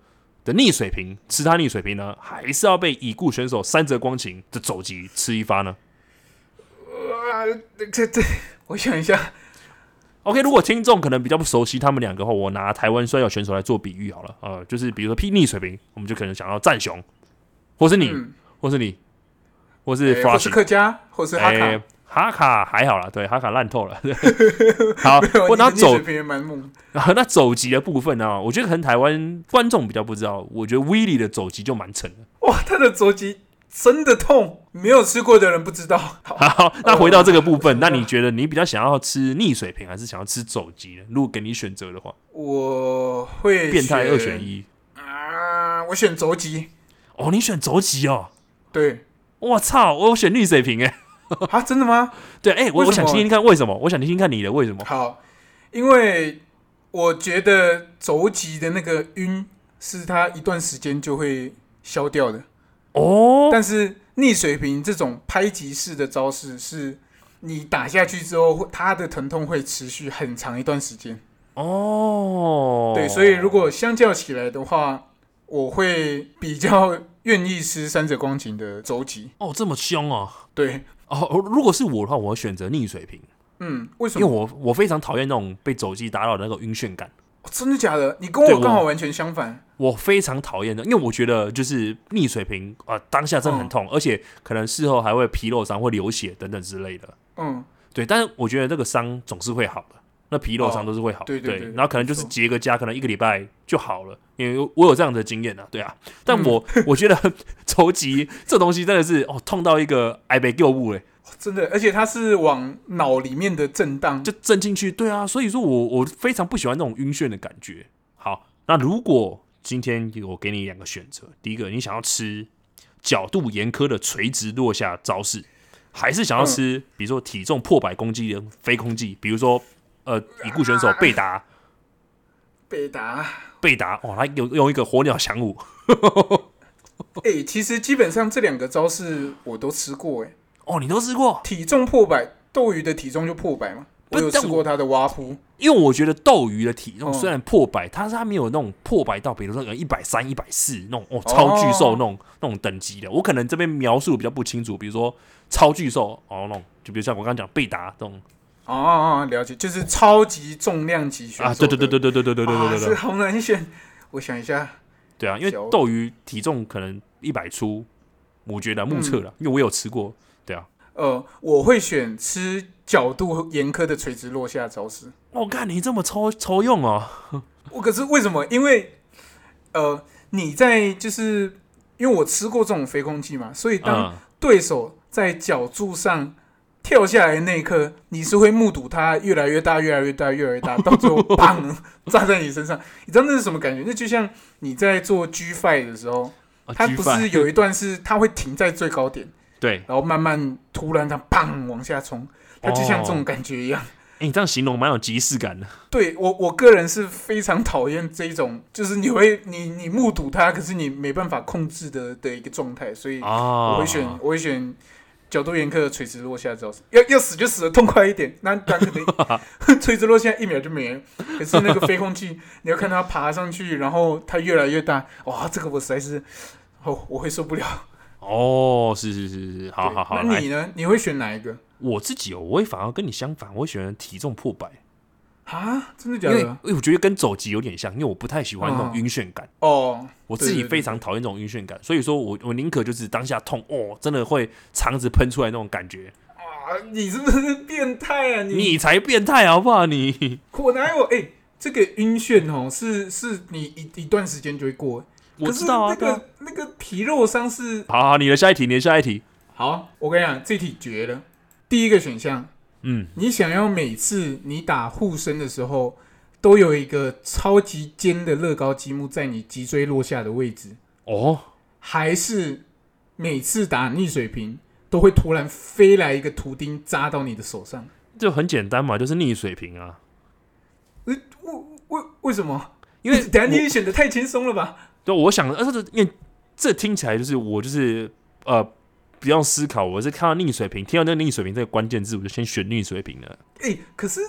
Speaker 1: 的逆水平吃他逆水平呢，还是要被已故选手三泽光晴的肘击吃一发呢
Speaker 2: 呃这这，我想一下，
Speaker 1: ？OK，如果听众可能比较不熟悉他们两个的话，我拿台湾摔跤选手来做比喻好了。呃，就是比如说劈逆水平，我们就可能想要战雄，或 是你，
Speaker 2: 嗯，
Speaker 1: 或是你，或是
Speaker 2: 哎
Speaker 1: f l
Speaker 2: 或
Speaker 1: a s
Speaker 2: 是
Speaker 1: h
Speaker 2: 客家，或是哈卡
Speaker 1: 哎，哈卡还好啦，对，哈卡烂透了。对好
Speaker 2: 没有，
Speaker 1: 我拿
Speaker 2: 你的逆
Speaker 1: 走
Speaker 2: 水平也蛮猛。
Speaker 1: 然后那走级的部分呢、我觉得可能台湾观众比较不知道，我觉得 w i l l y 的走级就蛮沉的。
Speaker 2: 哇，他的肘击真的痛，没有吃过的人不知道。好，呃
Speaker 1: 好，那回到这个部分，那你觉得你比较想要吃逆水平，还是想要吃走级呢？如果给你选择的话，
Speaker 2: 我会
Speaker 1: 变态二选
Speaker 2: 一
Speaker 1: 一。
Speaker 2: 啊，我选肘击。
Speaker 1: 哦，你选走级哦。
Speaker 2: 对
Speaker 1: 我操！我选逆水平哎、
Speaker 2: 啊，真的吗？
Speaker 1: 对哎、我
Speaker 2: 为什么
Speaker 1: 我想听听看为什么，我想听听看你的为什么。
Speaker 2: 好，因为我觉得肘击的那个晕是它一段时间就会消掉的，
Speaker 1: 哦，
Speaker 2: 但是逆水平这种拍击式的招式是。你打下去之后，会它的疼痛会持续很长一段时间。
Speaker 1: 哦，
Speaker 2: 对，所以如果相较起来的话，我会比较愿意吃三者光景的肘击。
Speaker 1: 哦这么凶哦，
Speaker 2: 对，
Speaker 1: 哦，如果是我的话，我会选择逆水平。
Speaker 2: 嗯，为什
Speaker 1: 因为
Speaker 2: 么？
Speaker 1: 我我非常讨厌那种被肘击打扰的那个晕眩感，
Speaker 2: 哦真的假的？你跟
Speaker 1: 对
Speaker 2: 我
Speaker 1: 我
Speaker 2: 刚好完全相反。
Speaker 1: 我非常讨厌的，因为我觉得就是逆水平啊、呃当下真
Speaker 2: 嗯
Speaker 1: 的很痛，而且可能事后还会皮肉伤、会流血等等之类的。
Speaker 2: 嗯，
Speaker 1: 对，哦但是我觉得那个伤总是会好的，那皮肉伤
Speaker 2: 哦
Speaker 1: 都是会好的、
Speaker 2: 对对对
Speaker 1: 然后可能就是
Speaker 2: 没错
Speaker 1: 结个痂，可能一个礼拜就好了，因为我有这样的经验啊，对啊。
Speaker 2: 嗯
Speaker 1: 但我、我觉得 肘击这东西真的是哦，痛到一个挨被救物哎，
Speaker 2: 哦真的，而且它是往脑里面的震荡。
Speaker 1: 就震进去。对啊，所以说我我非常不喜欢那种晕眩的感觉。好，那如果今天我给你两个选择，第一个你想要吃角度严苛的垂直落下招式，还是想要吃、比如说体重破百公斤的飞空技，比如说呃已故选手贝达。
Speaker 2: 北达，
Speaker 1: 贝达哦，他用用一个火鸟翔舞
Speaker 2: 哎、其实基本上这两个招式我都吃过、哎，
Speaker 1: 哦，你都吃过？
Speaker 2: 体重破百，斗鱼的体重就破百嘛。
Speaker 1: 不
Speaker 2: 我
Speaker 1: 是
Speaker 2: 有
Speaker 1: 但
Speaker 2: 吃过他的蛙扑，
Speaker 1: 因为我觉得斗鱼的体重
Speaker 2: 嗯
Speaker 1: 虽然破百，它是它没有那种破百到，比如说一百三、一百四那种哦超巨
Speaker 2: 哦
Speaker 1: 兽那种、那种等级的。我可能这边描述比较不清楚，比如说超巨兽哦那种，就比如像我刚刚讲贝达这种
Speaker 2: 哦哦，哦了解，就是超级重量级选手
Speaker 1: 啊，对对对
Speaker 2: 的
Speaker 1: 对对对对对对对
Speaker 2: 啊
Speaker 1: 对
Speaker 2: 这
Speaker 1: 对
Speaker 2: 好难选。我想一下，
Speaker 1: 对啊！因为
Speaker 2: 小
Speaker 1: 斗鱼体重可能一百出，我觉得啊目测
Speaker 2: 嗯
Speaker 1: 了，因为我有吃过，对啊。
Speaker 2: 呃，我会选吃角度严苛的垂直落下招式。
Speaker 1: 我、哦、看你这么抽抽用哦，
Speaker 2: 我可是为什么？因为呃，你在就是因为我吃过这种飞空技嘛，所以当
Speaker 1: 嗯，
Speaker 2: 对手在角柱上跳下来那一刻，你是会目睹它越来越大、越来越大、越来越大，到最后砰炸在你身上。你知道那是什么感觉？那就像你在做 G five 的时候，
Speaker 1: 啊
Speaker 2: 它
Speaker 1: 巨
Speaker 2: 不
Speaker 1: 饭
Speaker 2: 是有一段是它会停在最高点，
Speaker 1: 对。
Speaker 2: 然后慢慢突然它砰往下冲，它就像这种感觉一样。
Speaker 1: 哎、哦你这样形容蛮有即视感的。
Speaker 2: 对我我个人是非常讨厌这一种，就是你会你你目睹它，可是你没办法控制的的一个状态，所以
Speaker 1: 哦，
Speaker 2: 我会选、我会选角度严苛的垂直落下招式，要要死就死的痛快一点，那那可 能垂直落下一秒就没了。可是那个飞空器，你要看它爬上去，然后它越来越大，哇，这个我实在是哦我会受不了。
Speaker 1: 哦，是是是是，好
Speaker 2: 对
Speaker 1: 好好，
Speaker 2: 那
Speaker 1: 来
Speaker 2: 你呢？你会选哪一个
Speaker 1: 我自己哦，我会反而跟你相反，我会喜欢体重破百，
Speaker 2: 啊？真的假
Speaker 1: 因为
Speaker 2: 的？
Speaker 1: 因为我觉得跟走级有点像，因为我不太喜欢那种
Speaker 2: 哦
Speaker 1: 晕眩感，
Speaker 2: 哦，
Speaker 1: 我自己
Speaker 2: 对对对
Speaker 1: 非常讨厌这种晕眩感，所以说我我宁可就是当下痛哦，真的会肠子喷出来那种感觉，
Speaker 2: 啊，你是不是变态啊？
Speaker 1: 你才变态好不好你？
Speaker 2: 我哪有？哎、这个晕眩哦，是是你一一段时间就会过。
Speaker 1: 我知道啊，
Speaker 2: 可
Speaker 1: 对
Speaker 2: 是
Speaker 1: 啊
Speaker 2: 那个那个皮肉伤是
Speaker 1: 好好，你的下一题，你的下一题，
Speaker 2: 好。我跟你讲，这题绝了。第一个选项，
Speaker 1: 嗯，
Speaker 2: 你想要每次你打护身的时候，都有一个超级尖的乐高积木在你脊椎落下的位置，
Speaker 1: 哦，
Speaker 2: 还是每次打逆水瓶都会突然飞来一个图钉扎到你的手上？
Speaker 1: 就很简单嘛，就是逆水平啊。
Speaker 2: 为为什么？
Speaker 1: 因为
Speaker 2: 等下你
Speaker 1: 我
Speaker 2: 也选的太轻松了吧？
Speaker 1: 对，我想，呃，这因为这听起来就是我就是呃不用思考，我是看到逆水平，听到那个逆水平这个关键字，我就先选逆水平了。
Speaker 2: 哎、可是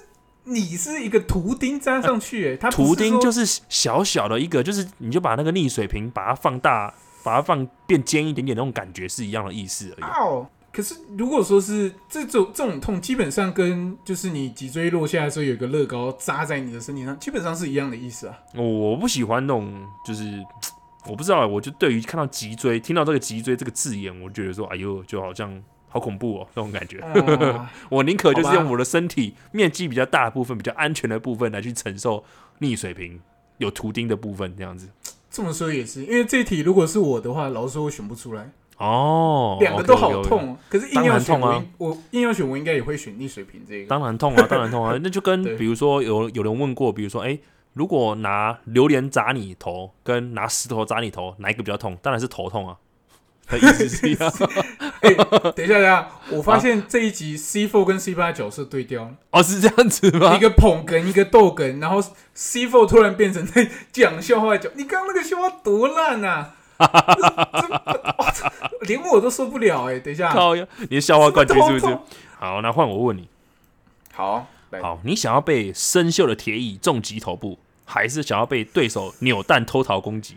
Speaker 2: 你是一个图钉扎上去、哎，它不
Speaker 1: 图钉就是是小小的一个，就是你就把那个逆水平把它放大，把它放变尖一点点，那种感觉是一样的意思而已。
Speaker 2: 哦。可是如果说是这种这种痛，基本上跟就是你脊椎落下的时候有一个乐高扎在你的身体上，基本上是一样的意思啊。
Speaker 1: 我不喜欢那种，就是我不知道欸，我就对于看到脊椎，听到这个脊椎这个字眼，我就觉得说，哎呦，就好像好恐怖哦，那种感觉。
Speaker 2: 啊
Speaker 1: 我宁可就是
Speaker 2: 好吧
Speaker 1: 用我的身体面积比较大的部分、比较安全的部分来去承受逆水平有图钉的部分，这样子。
Speaker 2: 这么说也是，因为这一题如果是我的话，老实说我选不出来，
Speaker 1: 哦，
Speaker 2: 两个
Speaker 1: OK，
Speaker 2: 都好
Speaker 1: OK，OK
Speaker 2: 痛哦。可是硬要选，
Speaker 1: 当然痛啊
Speaker 2: 我应我硬要选，我应该也会选逆水瓶这 个。
Speaker 1: 当然 痛啊，当然痛啊。那就跟
Speaker 2: 对
Speaker 1: 比如说有有人问过，比如说，哎、如果拿榴莲砸你头，跟拿石头砸你头，哪一个比较痛？当然是头痛 啊。的意思是一样
Speaker 2: 哎、等一下，等一下，我发现这一集 C four 跟 C 八角色对调了，
Speaker 1: 哦，是这样子吗
Speaker 2: 一？个捧哏，一个逗哏，然后 C four 突然变成在讲笑话讲，你刚刚那个笑话多烂啊！ 哦这这哇这连我都受不了哎、等一下，
Speaker 1: 靠呀！你的笑话冠军是不
Speaker 2: 这么
Speaker 1: 是
Speaker 2: 痛？哎
Speaker 1: 好，那换我问你，
Speaker 2: 好，来，
Speaker 1: 好，你想要被生锈的铁椅重击头部，还是想要被对手扭蛋偷逃攻击？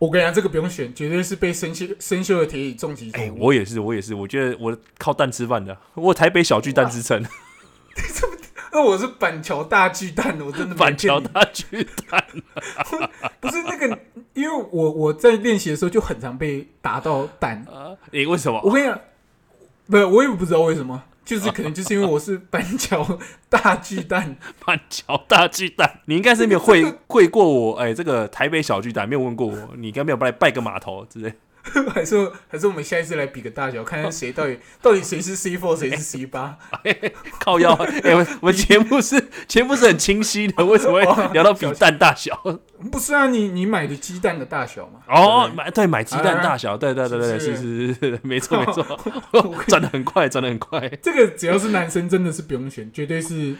Speaker 2: 我跟你讲，这个不用选，绝对是被生锈生锈的铁椅重击头
Speaker 1: 哎、
Speaker 2: 部。
Speaker 1: 我也是，我也是，我觉得我靠蛋吃饭的，我有台北小巨蛋之称，
Speaker 2: 那我是板桥大巨蛋，我真的 没
Speaker 1: 板桥
Speaker 2: 见
Speaker 1: 大巨 蛋。
Speaker 2: 你不是那个，因为我我在练习的时候就很常被打到蛋。
Speaker 1: 啊哎、为什么？
Speaker 2: 我跟你讲，不，我也不知道为什么，就是可能就是因为我是板桥大巨蛋，
Speaker 1: 板桥大巨蛋，你应该是没有会会过我，哎、这个台北小巨蛋没有问过我，你应该没有来拜个码头之类。
Speaker 2: 还是还是我们下一次来比个大小，看看谁到底到底谁是 C four 谁是 C 八。
Speaker 1: 靠腰，哎、我我节目是节目是很清晰的，为什么会聊到比蛋大小？
Speaker 2: 不是啊，你你买的鸡蛋的大小嘛？
Speaker 1: 哦，
Speaker 2: 对
Speaker 1: 买对买鸡蛋大小，对对对对，是
Speaker 2: 是
Speaker 1: 是是是，没错没错，
Speaker 2: 不对，
Speaker 1: 转的很快，转的很快
Speaker 2: 这个只要是男生真的是不用选，绝对是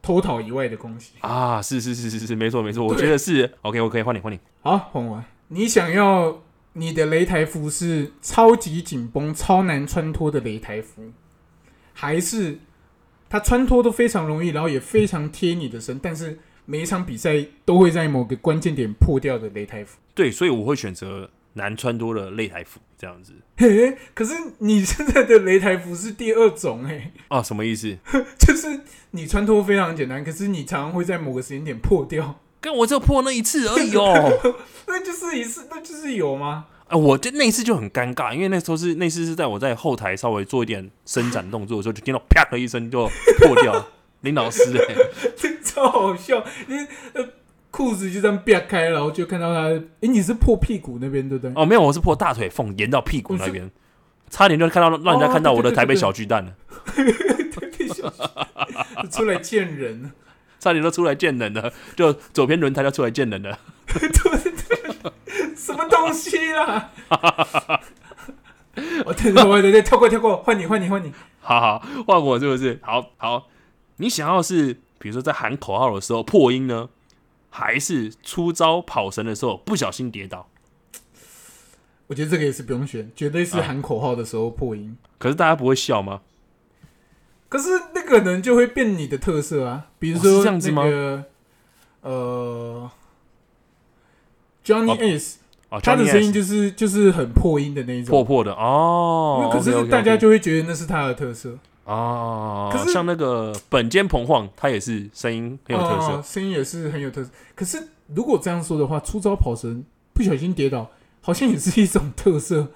Speaker 2: 偷讨以外的东西。
Speaker 1: 啊！是是是是是，没错没错，我
Speaker 2: 对
Speaker 1: 觉得是 OK OK，换你换你。
Speaker 2: 好，换我。你想要你的擂台服是超级紧绷、超难穿脱的擂台服，还是它穿脱都非常容易，然后也非常贴你的身，但是每一场比赛都会在某个关键点破掉的擂台服？
Speaker 1: 对，所以我会选择南川多的擂台服这样子。
Speaker 2: 嘿，可是你现在的擂台服是第二种哎、
Speaker 1: 哦，什么意思？
Speaker 2: 就是你穿脱非常简单，可是你常常会在某个时间点破掉，
Speaker 1: 跟我只有破那一次而已哦。
Speaker 2: 那就是一次，那就是有吗？
Speaker 1: 啊，我就那一次就很尴尬，因为那时候是那次是在我在后台稍微做一点伸展动作的时候，就听到啪的一声就破掉。林老师、哎，
Speaker 2: 超好笑，你呃裤子就这样掰开，然后就看到他，诶，你是破屁股那边对不对？
Speaker 1: 哦，没有，我是破大腿缝，延到屁股那边，差点就看到让人
Speaker 2: 哦
Speaker 1: 家看到我的台北小巨蛋了，
Speaker 2: 出来见人，
Speaker 1: 差点都出来见人了，就左边轮胎就出来见人了。
Speaker 2: 什么东西啦？ 哦我等等我等等，跳过跳过，换你换你换你。
Speaker 1: 好好，换我是不是？好好，你想要是比如说在喊口号的时候破音呢，还是出招跑神的时候不小心跌倒？
Speaker 2: 我觉得这个也是不用选，绝对是喊口号的时候破音。
Speaker 1: 可是大家不会笑吗？
Speaker 2: 可是那个人就会变你的特色啊，比如
Speaker 1: 哦
Speaker 2: 说
Speaker 1: 是这样子吗
Speaker 2: 那个呃，Johnny
Speaker 1: 哦
Speaker 2: S，、
Speaker 1: 哦，
Speaker 2: 他的
Speaker 1: Johnny
Speaker 2: 声音
Speaker 1: S
Speaker 2: 就是就是很破音的那一种，
Speaker 1: 破破的哦
Speaker 2: 那。可是
Speaker 1: OK，OK，OK
Speaker 2: 大家就会觉得那是他的特色，
Speaker 1: 哦，
Speaker 2: 可是
Speaker 1: 像那个本间彭晃，他也是声音很有特色。
Speaker 2: 哦声音也是很有特色。可是如果这样说的话，出招跑神不小心跌倒，好像也是一种特色，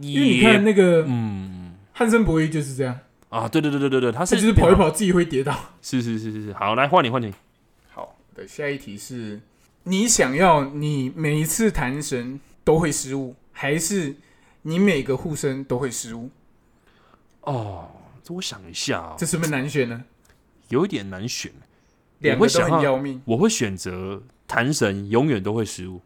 Speaker 2: 因为你看
Speaker 1: 也
Speaker 2: 那个
Speaker 1: 嗯
Speaker 2: 汉森博伊就是这样，
Speaker 1: 啊，对对对对对对，他
Speaker 2: 他
Speaker 1: 是
Speaker 2: 就是跑一，跑自己会跌倒。
Speaker 1: 是是是是是，好，来换你换你。
Speaker 2: 好的，下一题是你想要你每一次弹神都会失误，还是你每个护身都会失误？
Speaker 1: 哦，我想一下啊、
Speaker 2: 这是不是难选呢？
Speaker 1: 有一点难选。我
Speaker 2: 两
Speaker 1: 会
Speaker 2: 个都
Speaker 1: 想啊
Speaker 2: 很
Speaker 1: 要，
Speaker 2: 要命，
Speaker 1: 我会选择弹神，永远都会失误，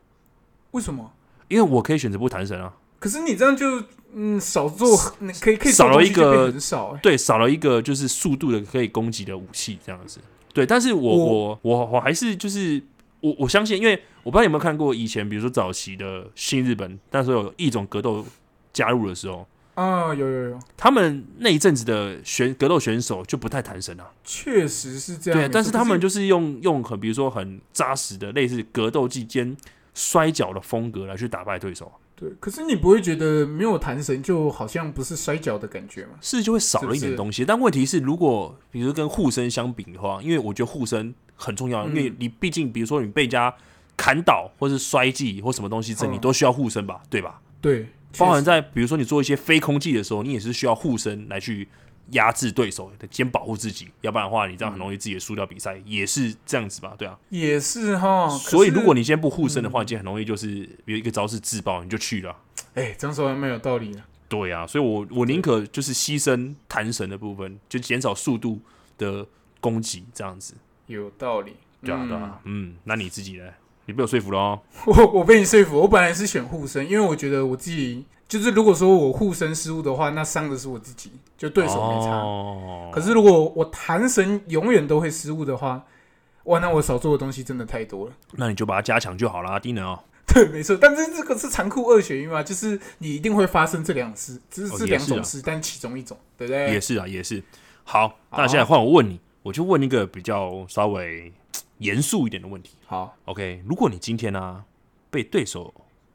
Speaker 2: 为什么？
Speaker 1: 因为我可以选择不弹神啊。
Speaker 2: 可是你这样就嗯少做，你可以可以
Speaker 1: 少了
Speaker 2: 做东西
Speaker 1: 一个
Speaker 2: 就变很少哎、
Speaker 1: 对，少了一个就是速度的可以攻击的武器这样子。对，但是我我我我还是就是我我相信，因为我不知道你有没有看过以前，比如说早期的新日本，那时候有一种格斗加入的时候，
Speaker 2: 啊，有有有，
Speaker 1: 他们那一阵子的选格斗选手就不太弹神啊。
Speaker 2: 确实是这样
Speaker 1: 对
Speaker 2: 啊没，错。
Speaker 1: 但是
Speaker 2: 可
Speaker 1: 他们就是用用很比如说很扎实的类似格斗技兼摔跤的风格来去打败对手，
Speaker 2: 对，可是你不会觉得没有弹神就好像不是摔跤的感觉吗？
Speaker 1: 是就会少了一
Speaker 2: 是
Speaker 1: 点
Speaker 2: 是
Speaker 1: 东西。但问题是，如果比如跟护身相比的话，因为我觉得护身很重要，
Speaker 2: 嗯
Speaker 1: 因为你毕竟比如说你被人家砍倒或是摔技或什么东西这，
Speaker 2: 嗯
Speaker 1: 你都需要护身吧，对吧？
Speaker 2: 对，
Speaker 1: 包含
Speaker 2: 确实
Speaker 1: 在比如说你做一些非空技的时候，你也是需要护身来去压制对手，先保护自己，要不然的话，你这样很容
Speaker 2: 嗯
Speaker 1: 易自己也输掉比赛，也是这样子吧？对啊。
Speaker 2: 也哦是嗯哈。
Speaker 1: 所以如果
Speaker 2: 你
Speaker 1: 你今天不护身的话，你今天很容易就是有一个招式自爆，你就去了啊。
Speaker 2: 哎，这样说还蛮有道理的。
Speaker 1: 对啊，所以我我宁可就是牺牲弹神的部分，就减少速度的攻击这样子。
Speaker 2: 有道理，
Speaker 1: 对啊，
Speaker 2: 嗯
Speaker 1: 对啊，嗯，那你自己呢？你被我说服了哦。
Speaker 2: 我我被你说服，我本来是选护身，因为我觉得我自己就是，如果说我护身失误的话，那伤的是我自己，就对手没差。
Speaker 1: 哦
Speaker 2: 可是如果我弹神永远都会失误的话，哇，那我少做的东西真的太多了。
Speaker 1: 那你就把它加强就好啦，低能哦。
Speaker 2: 对，没错，但是这个是残酷二选一嘛，就是你一定会发生这两事，只是
Speaker 1: 哦
Speaker 2: 这
Speaker 1: 也
Speaker 2: 两
Speaker 1: 是
Speaker 2: 种
Speaker 1: 啊
Speaker 2: 事，但其中一种，对不对？
Speaker 1: 也是啊，也是。好，那
Speaker 2: 好
Speaker 1: 现在换我问你，我就问一个比较稍微嘖严肃一点的问题。
Speaker 2: 好，
Speaker 1: OK，如果你今天呢、啊被对手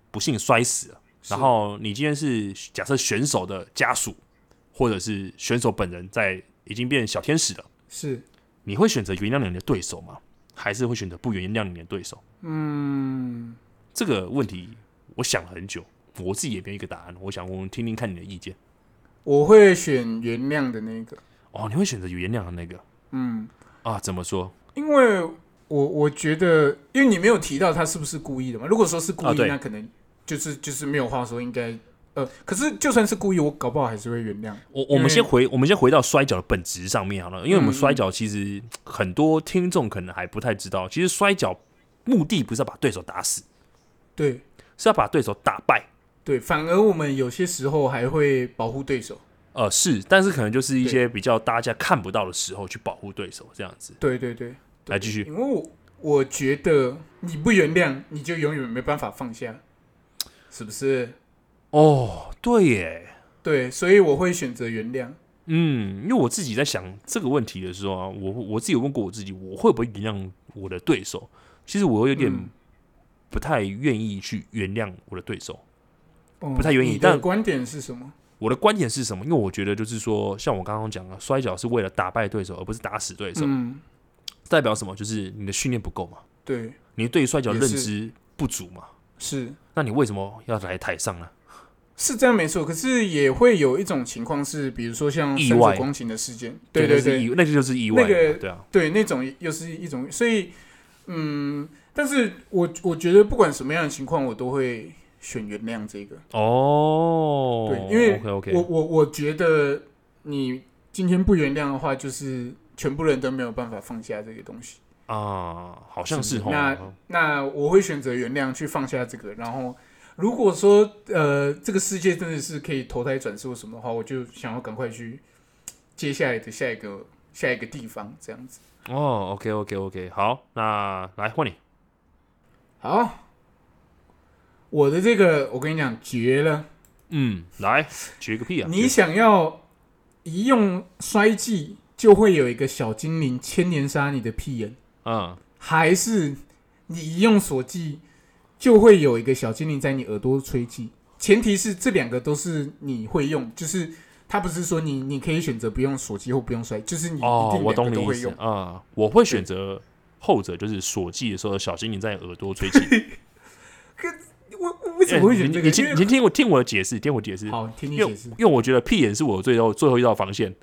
Speaker 1: 不幸摔死了，
Speaker 2: 是
Speaker 1: 然后你今天是假设选手的家属，或者是选手本人在已经变小天使了。
Speaker 2: 是
Speaker 1: 你会选择原谅你的对手吗？还是会选择不原谅你的对手？
Speaker 2: 嗯，
Speaker 1: 这个问题我想了很久，我自己也没有一个答案。我想我们听听看你的意见。
Speaker 2: 我会选原谅的那个，
Speaker 1: 哦，你会选择原谅的那个
Speaker 2: 嗯，
Speaker 1: 啊？怎么说？
Speaker 2: 因为我我觉得，因为你没有提到他是不是故意的嘛。如果说是故
Speaker 1: 啊
Speaker 2: 意，
Speaker 1: 对
Speaker 2: 那可能就是就是没有话说，应该呃，可是就算是故意，我搞不好还是会原谅。
Speaker 1: 我我
Speaker 2: 因为
Speaker 1: 们先回我们先回到摔跤的本质上面好了，因为我们
Speaker 2: 嗯
Speaker 1: 摔跤其实很多听众可能还不太知道，其实摔跤目的不是要把对手打死，
Speaker 2: 对
Speaker 1: 是要把对手打败。
Speaker 2: 对，反而我们有些时候还会保护对手。
Speaker 1: 呃，是，但是可能就是一些比较大家看不到的时候去保护对手这样子。
Speaker 2: 对对对，
Speaker 1: 来继续，
Speaker 2: 因为我我觉得你不原谅，你就永远没办法放下，是不是？
Speaker 1: 哦，对耶，
Speaker 2: 对，所以我会选择原谅。
Speaker 1: 嗯，因为我自己在想这个问题的时候啊，我我自己有问过我自己，我会不会原谅我的对手？其实我有点
Speaker 2: 嗯
Speaker 1: 不太愿意去原谅我的对手。
Speaker 2: 哦
Speaker 1: 不太愿意
Speaker 2: 你的
Speaker 1: 但
Speaker 2: 观点是什么？
Speaker 1: 我的观点是什么？因为我觉得就是说，像我刚刚讲的，摔跤是为了打败对手，而不是打死对手。
Speaker 2: 嗯，
Speaker 1: 代表什么？就是你的训练不够嘛，
Speaker 2: 对，
Speaker 1: 你对摔跤
Speaker 2: 也
Speaker 1: 认
Speaker 2: 是
Speaker 1: 知不足嘛。
Speaker 2: 是。
Speaker 1: 那你为什么要来台上呢？
Speaker 2: 是这样没错，可是也会有一种情况是，比如说像
Speaker 1: 意
Speaker 2: 三
Speaker 1: 外
Speaker 2: 角光琴的事件，对对
Speaker 1: 那是
Speaker 2: 对
Speaker 1: 意，那个就是意外嘛，
Speaker 2: 那个
Speaker 1: 对啊，
Speaker 2: 对，那种又是一种，所以嗯，但是我我觉得不管什么样的情况，我都会选原谅这个。
Speaker 1: 哦，
Speaker 2: 对因为
Speaker 1: OK OK，
Speaker 2: 我我我觉得你今天不原谅的话，就是全部人都没有办法放下这个东西。
Speaker 1: 啊，好像
Speaker 2: 是
Speaker 1: 是哦。
Speaker 2: 那那我会选择原谅去放下这个，然后。如果说呃这个世界真的是可以投胎转世或什么的话，我就想要赶快去接下来的下一个下一个地方这样子。
Speaker 1: 哦，OK OK OK，好，那来换你。
Speaker 2: 好，我的这个我跟你讲绝了，
Speaker 1: 嗯，来绝个屁啊！
Speaker 2: 你
Speaker 1: 绝
Speaker 2: 想要一用衰技就会有一个小精灵千年杀你的屁眼，
Speaker 1: 嗯，
Speaker 2: 还是你一用锁技就会有一个小精灵在你耳朵吹气？前提是这两个都是你会用，就是他不是说你你可以选择不用锁技或不用摔，就是你一
Speaker 1: 哦，
Speaker 2: 定
Speaker 1: 我
Speaker 2: 两
Speaker 1: 懂
Speaker 2: 个
Speaker 1: 你
Speaker 2: 都
Speaker 1: 意
Speaker 2: 会
Speaker 1: 思
Speaker 2: 用
Speaker 1: 啊、。嗯我会选择后者，就是锁技的时候，小精灵在耳朵吹 气。
Speaker 2: 我我为什么会选这
Speaker 1: 哎
Speaker 2: 个？
Speaker 1: 你听，你
Speaker 2: 因为
Speaker 1: 听我听我的解释，听我解释。
Speaker 2: 好，听你
Speaker 1: 因为
Speaker 2: 解释。
Speaker 1: 因为我觉得屁眼是我最后最后一道防线。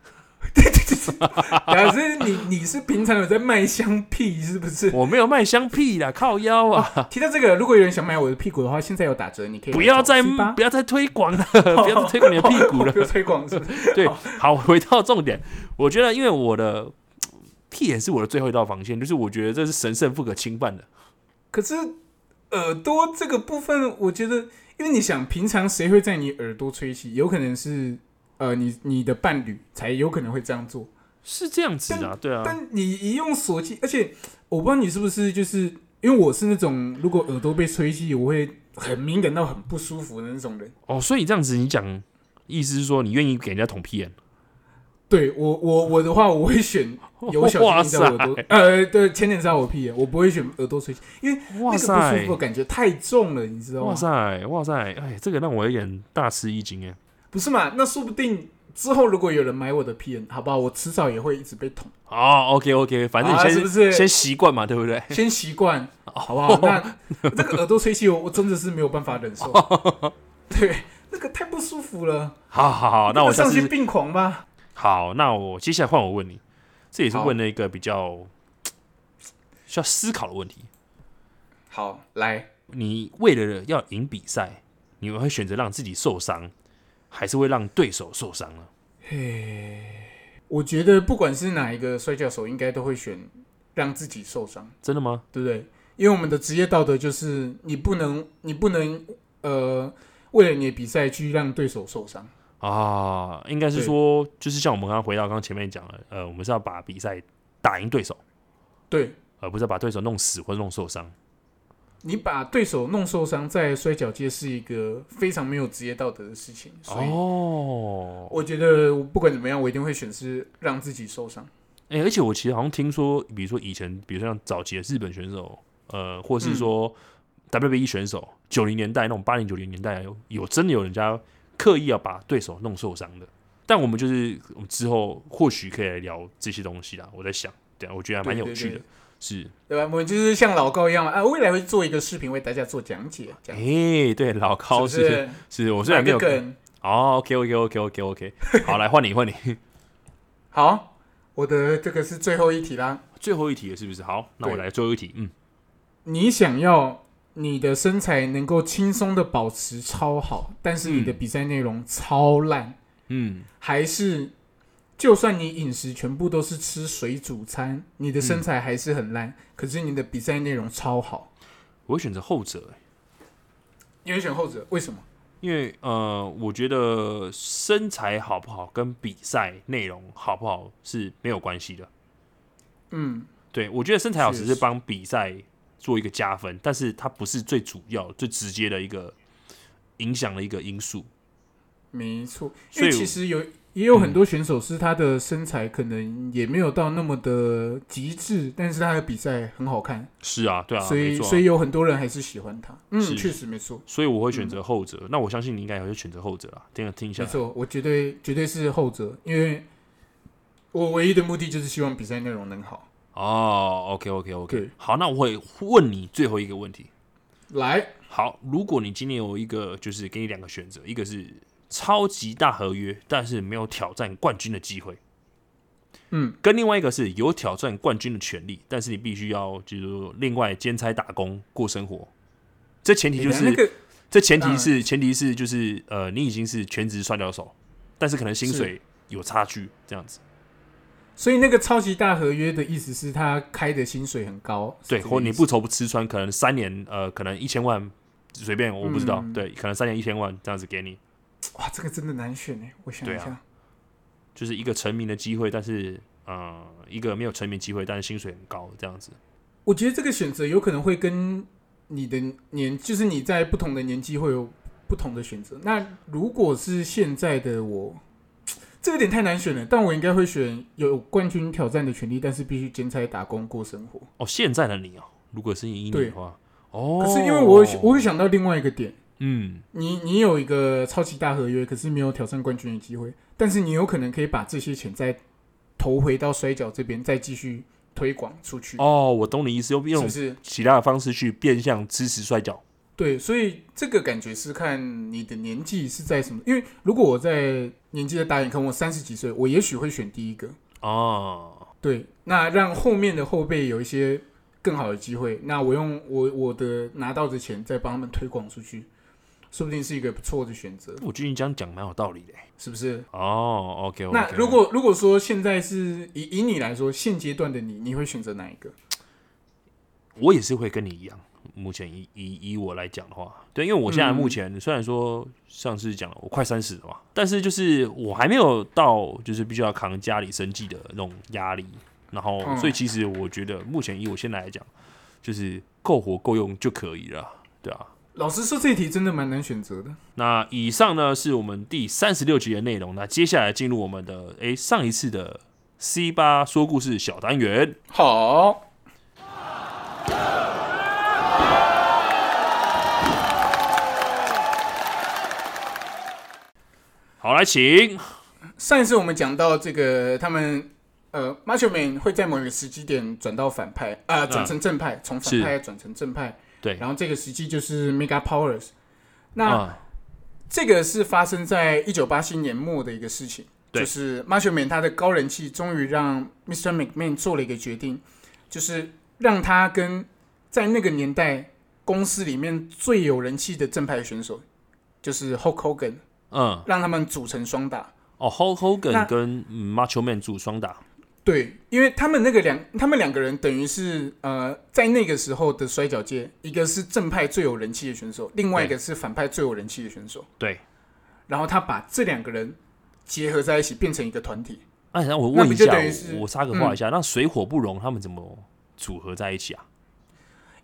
Speaker 2: 可是你你是平常有在卖香屁是不是？
Speaker 1: 我没有卖香屁 啦，靠腰啊！
Speaker 2: 提到这个，如果有人想买我的屁股的话，现在有打折，你可以
Speaker 1: 不要再不
Speaker 2: 不
Speaker 1: 要再推 广了，不要再推广你的屁股了
Speaker 2: 不。要推广是不是？
Speaker 1: 对，好，回到重点，我觉得因为我的屁眼是我的最后一道防线，就是我觉得这是神圣不可侵犯的。
Speaker 2: 可是耳朵这个部分，我觉得，因为你想，平常谁会在你耳朵吹气？有可能是呃，你你的伴侣才有可能会这样做。
Speaker 1: 是这样子的、啊，对啊，
Speaker 2: 但你一用锁气，而且我不知道你是不是就是因为我是那种如果耳朵被吹气，我会很敏感到很不舒服的那种人。
Speaker 1: 哦，所以这样子你讲，意思是说你愿意给人家捅屁眼？
Speaker 2: 对我我我的话，我会选有 小
Speaker 1: 哇
Speaker 2: 精灵在耳朵
Speaker 1: 塞，
Speaker 2: 呃，对，浅浅在我屁眼，我不会选耳朵吹气，因为那
Speaker 1: 哇
Speaker 2: 个不舒
Speaker 1: 塞
Speaker 2: 服，的哦感觉太重了，你知道吗
Speaker 1: 哇？塞，哇塞，哎，这个让我有点大吃一惊哎。
Speaker 2: 不是嘛？那说不定之后如果有人买我的 PN，好不好？我迟早也会一直被 捅，
Speaker 1: 哦，OK OK，反正你
Speaker 2: 啊
Speaker 1: 先、
Speaker 2: 是不是
Speaker 1: 先习惯嘛，对不对？
Speaker 2: 先习惯，
Speaker 1: 哦
Speaker 2: 好不好？那这个耳朵吹气，我我真的是没有办法忍受， 对，那个太不舒服了。
Speaker 1: 好好哦好，那我下
Speaker 2: 丧心
Speaker 1: 次
Speaker 2: 病狂吧。
Speaker 1: 好，那我接下来换我问你，这也是
Speaker 2: 好
Speaker 1: 问了一个比较需要思考的问题。
Speaker 2: 好，来，
Speaker 1: 你为了要赢比赛，你会选择让自己受伤，还是会让对手受伤呢？
Speaker 2: 我觉得不管是哪一个摔跤手，应该都会选让自己受伤，
Speaker 1: 真的吗？
Speaker 2: 对不对？因为我们的职业道德就是你不能，你不能，呃，为了你的比赛去让对手受伤。
Speaker 1: 啊，应该是
Speaker 2: 对
Speaker 1: 说，就是像我们刚刚回到刚刚前面讲的，呃，我们是要把比赛打赢对手，
Speaker 2: 对
Speaker 1: 而不是要把对手弄死或者弄受伤。
Speaker 2: 你把对手弄受伤，在摔跤界是一个非常没有职业道德的事情，所以
Speaker 1: 哦，
Speaker 2: 我觉得我不管怎么样，我一定会选是让自己受伤。
Speaker 1: 哎、而且我其实好像听说，比如说以前，比如说像早期的日本选手，呃，或是说 WWE 选手，九零、年代那种八零九零年代有有真的有人家刻意要把对手弄受伤的。但我们就是我们之后或许可以来聊这些东西啦。我在想，对啊，我觉得还蛮有趣的。
Speaker 2: 对对对
Speaker 1: 是，
Speaker 2: 对吧？我们就是像老高一样嘛啊，未来会做一个视频为大家做讲解，这
Speaker 1: 哎、
Speaker 2: 样
Speaker 1: 对，老高
Speaker 2: 是不是？
Speaker 1: 是，我虽
Speaker 2: 买
Speaker 1: 然没
Speaker 2: 个
Speaker 1: 有
Speaker 2: 梗，
Speaker 1: 哦，OK，OK，OK，OK，OK，、好， 来换你，换你，
Speaker 2: 好，我的这个是最后一题啦。
Speaker 1: 最后一题了是不是？好，那我
Speaker 2: 对
Speaker 1: 来最后一题，嗯，
Speaker 2: 你想要你的身材能够轻松的保持超好，但是你的比赛内容超烂，
Speaker 1: 嗯，
Speaker 2: 还是就算你饮食全部都是吃水煮餐，你的身材还是很烂，可是你的比赛内容超好？
Speaker 1: 我会选择后者、欸
Speaker 2: 你会选后者，为什么？
Speaker 1: 因为呃，我觉得身材好不好跟比赛内容好不好是没有关系的。
Speaker 2: 嗯，
Speaker 1: 对我觉得身材好
Speaker 2: 是
Speaker 1: 只是
Speaker 2: 是
Speaker 1: 帮比赛做一个加分，但是它不是最主要、最直接的一个影响的一个因素。
Speaker 2: 没错，因
Speaker 1: 所以
Speaker 2: 为其实有。也有很多选手是他的身材可能也没有到那么的极致，但是他的比赛很好看，
Speaker 1: 是啊，对啊，
Speaker 2: 所
Speaker 1: 没
Speaker 2: 以
Speaker 1: 错啊、
Speaker 2: 所以有很多人还是喜欢他。嗯，
Speaker 1: 是
Speaker 2: 确实没错，
Speaker 1: 所以我会选择后者。那我相信你应该也会选择后者啦。听听一下
Speaker 2: 嗯没
Speaker 1: 来，
Speaker 2: 错，我绝对绝对是后者，因为我唯一的目的就是希望比赛内容能好。
Speaker 1: 哦，OK OK OK，
Speaker 2: 对
Speaker 1: 好，那我会问你最后一个问题。
Speaker 2: 来，
Speaker 1: 好，如果你今年有一个，就是给你两个选择，一个是超级大合约，但是没有挑战冠军的机会，
Speaker 2: 嗯，
Speaker 1: 跟另外一个是有挑战冠军的权利，但是你必须要就是说另外兼差打工过生活。这前提就
Speaker 2: 那
Speaker 1: 是，
Speaker 2: 个嗯
Speaker 1: 这前提是前提是就是呃，你已经是全职摔跤手，但是可能薪水有差距这样子，
Speaker 2: 所以那个超级大合约的意思是他开的薪水很高，是
Speaker 1: 对，
Speaker 2: 这个
Speaker 1: 或
Speaker 2: 意
Speaker 1: 你
Speaker 2: 思
Speaker 1: 不愁不吃穿，可能三年呃，可能一千万随便我不知道，
Speaker 2: 嗯
Speaker 1: 对，可能三年一千万这样子给你，
Speaker 2: 哇，这个真的难选哎，我想一
Speaker 1: 对啊
Speaker 2: 下，
Speaker 1: 就是一个成名的机会，但是呃，一个没有成名机会，但是薪水很高这样子。
Speaker 2: 我觉得这个选择有可能会跟你的年，就是你在不同的年纪会有不同的选择。那如果是现在的我，这有点太难选了，但我应该会选有冠军挑战的权利，但是必须兼差打工过生活。
Speaker 1: 哦，现在的你哦，如果是一年
Speaker 2: 对
Speaker 1: 的话，哦，
Speaker 2: 可是因为我有我会想到另外一个点，
Speaker 1: 嗯，
Speaker 2: 你你有一个超级大合约，可是没有挑战冠军的机会，但是你有可能可以把这些钱再投回到摔角这边，再继续推广出去，
Speaker 1: 哦，我懂你意思，用
Speaker 2: 是
Speaker 1: 用
Speaker 2: 不是？
Speaker 1: 其他的方式去变相支持摔跤。
Speaker 2: 对，所以这个感觉是看你的年纪是在什么，因为如果我在年纪再大一点，可能我三十几岁，我也许会选第一个，
Speaker 1: 哦，
Speaker 2: 对，那让后面的后辈有一些更好的机会。那我用我我的拿到的钱再帮他们推广出去，说不定是一个不错的选择，
Speaker 1: 我觉得你这样讲蛮有道理的欸。
Speaker 2: 是不是？
Speaker 1: 哦，OK，
Speaker 2: 那如果如果说现在是以以你来说，现阶段的你，你会选择哪一个？
Speaker 1: 我也是会跟你一样，目前以以以我来讲的话，对，因为我现在目前、虽然说上次讲了我快三十了嘛，但是就是我还没有到就是必须要扛家里生计的那种压力，然后、
Speaker 2: 嗯
Speaker 1: 所以其实我觉得目前以我现在来讲，就是够活够用就可以了，对啊。
Speaker 2: 老实说，这一题真的蛮难选择的。
Speaker 1: 那以上呢是我们第三十六集的内容，那接下来进入我们的诶、上一次的 C 八说故事小单元。
Speaker 2: 好，
Speaker 1: 好，来请
Speaker 2: 上一次我们讲到这个，他们呃，Macho Man 会在某一个时机点转到反派，啊，转成正派，从反派转成正派。
Speaker 1: 嗯对
Speaker 2: 然后这个时机就是 Mega Powers。那、
Speaker 1: 啊、
Speaker 2: 这个是发生在一九八七年末的一个事情，
Speaker 1: 对
Speaker 2: 就是 Macho Man 他的高人气终于让 Mr. McMahon 做了一个决定，就是让他跟在那个年代公司里面最有人气的正派选手，就是 Hulk Hogan，
Speaker 1: 嗯，
Speaker 2: 让他们组成双打。
Speaker 1: 哦，Hulk
Speaker 2: 那
Speaker 1: Hogan 跟、嗯 Macho Man 组双打，
Speaker 2: 对，因为他们那个两，他们两个人等于是呃，在那个时候的摔跤界，一个是正派最有人气的选手，另外一个是反派最有人气的选手。
Speaker 1: 对，
Speaker 2: 然后他把这两个人结合在一起，变成一个团体。
Speaker 1: 哎，那我
Speaker 2: 那
Speaker 1: 问
Speaker 2: 不
Speaker 1: 一
Speaker 2: 就
Speaker 1: 下
Speaker 2: 等于是，嗯
Speaker 1: 我我插个话一下，那水火不容他们怎么组合在一起啊？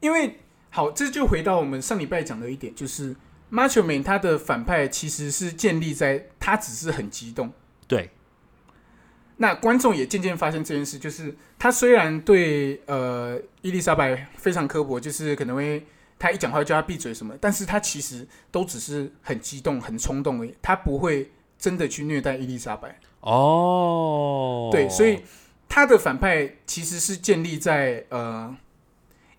Speaker 2: 因为好，这就回到我们上礼拜讲的一点，就是 Macho Man 他的反派其实是建立在他只是很激动。
Speaker 1: 对，
Speaker 2: 那观众也渐渐发现这件事，就是他虽然对呃伊丽莎白非常刻薄，就是可能会他一讲话就叫他闭嘴什么，但是他其实都只是很激动、很冲动而已，他不会真的去虐待伊丽莎白。
Speaker 1: 哦，
Speaker 2: 对，所以他的反派其实是建立在呃，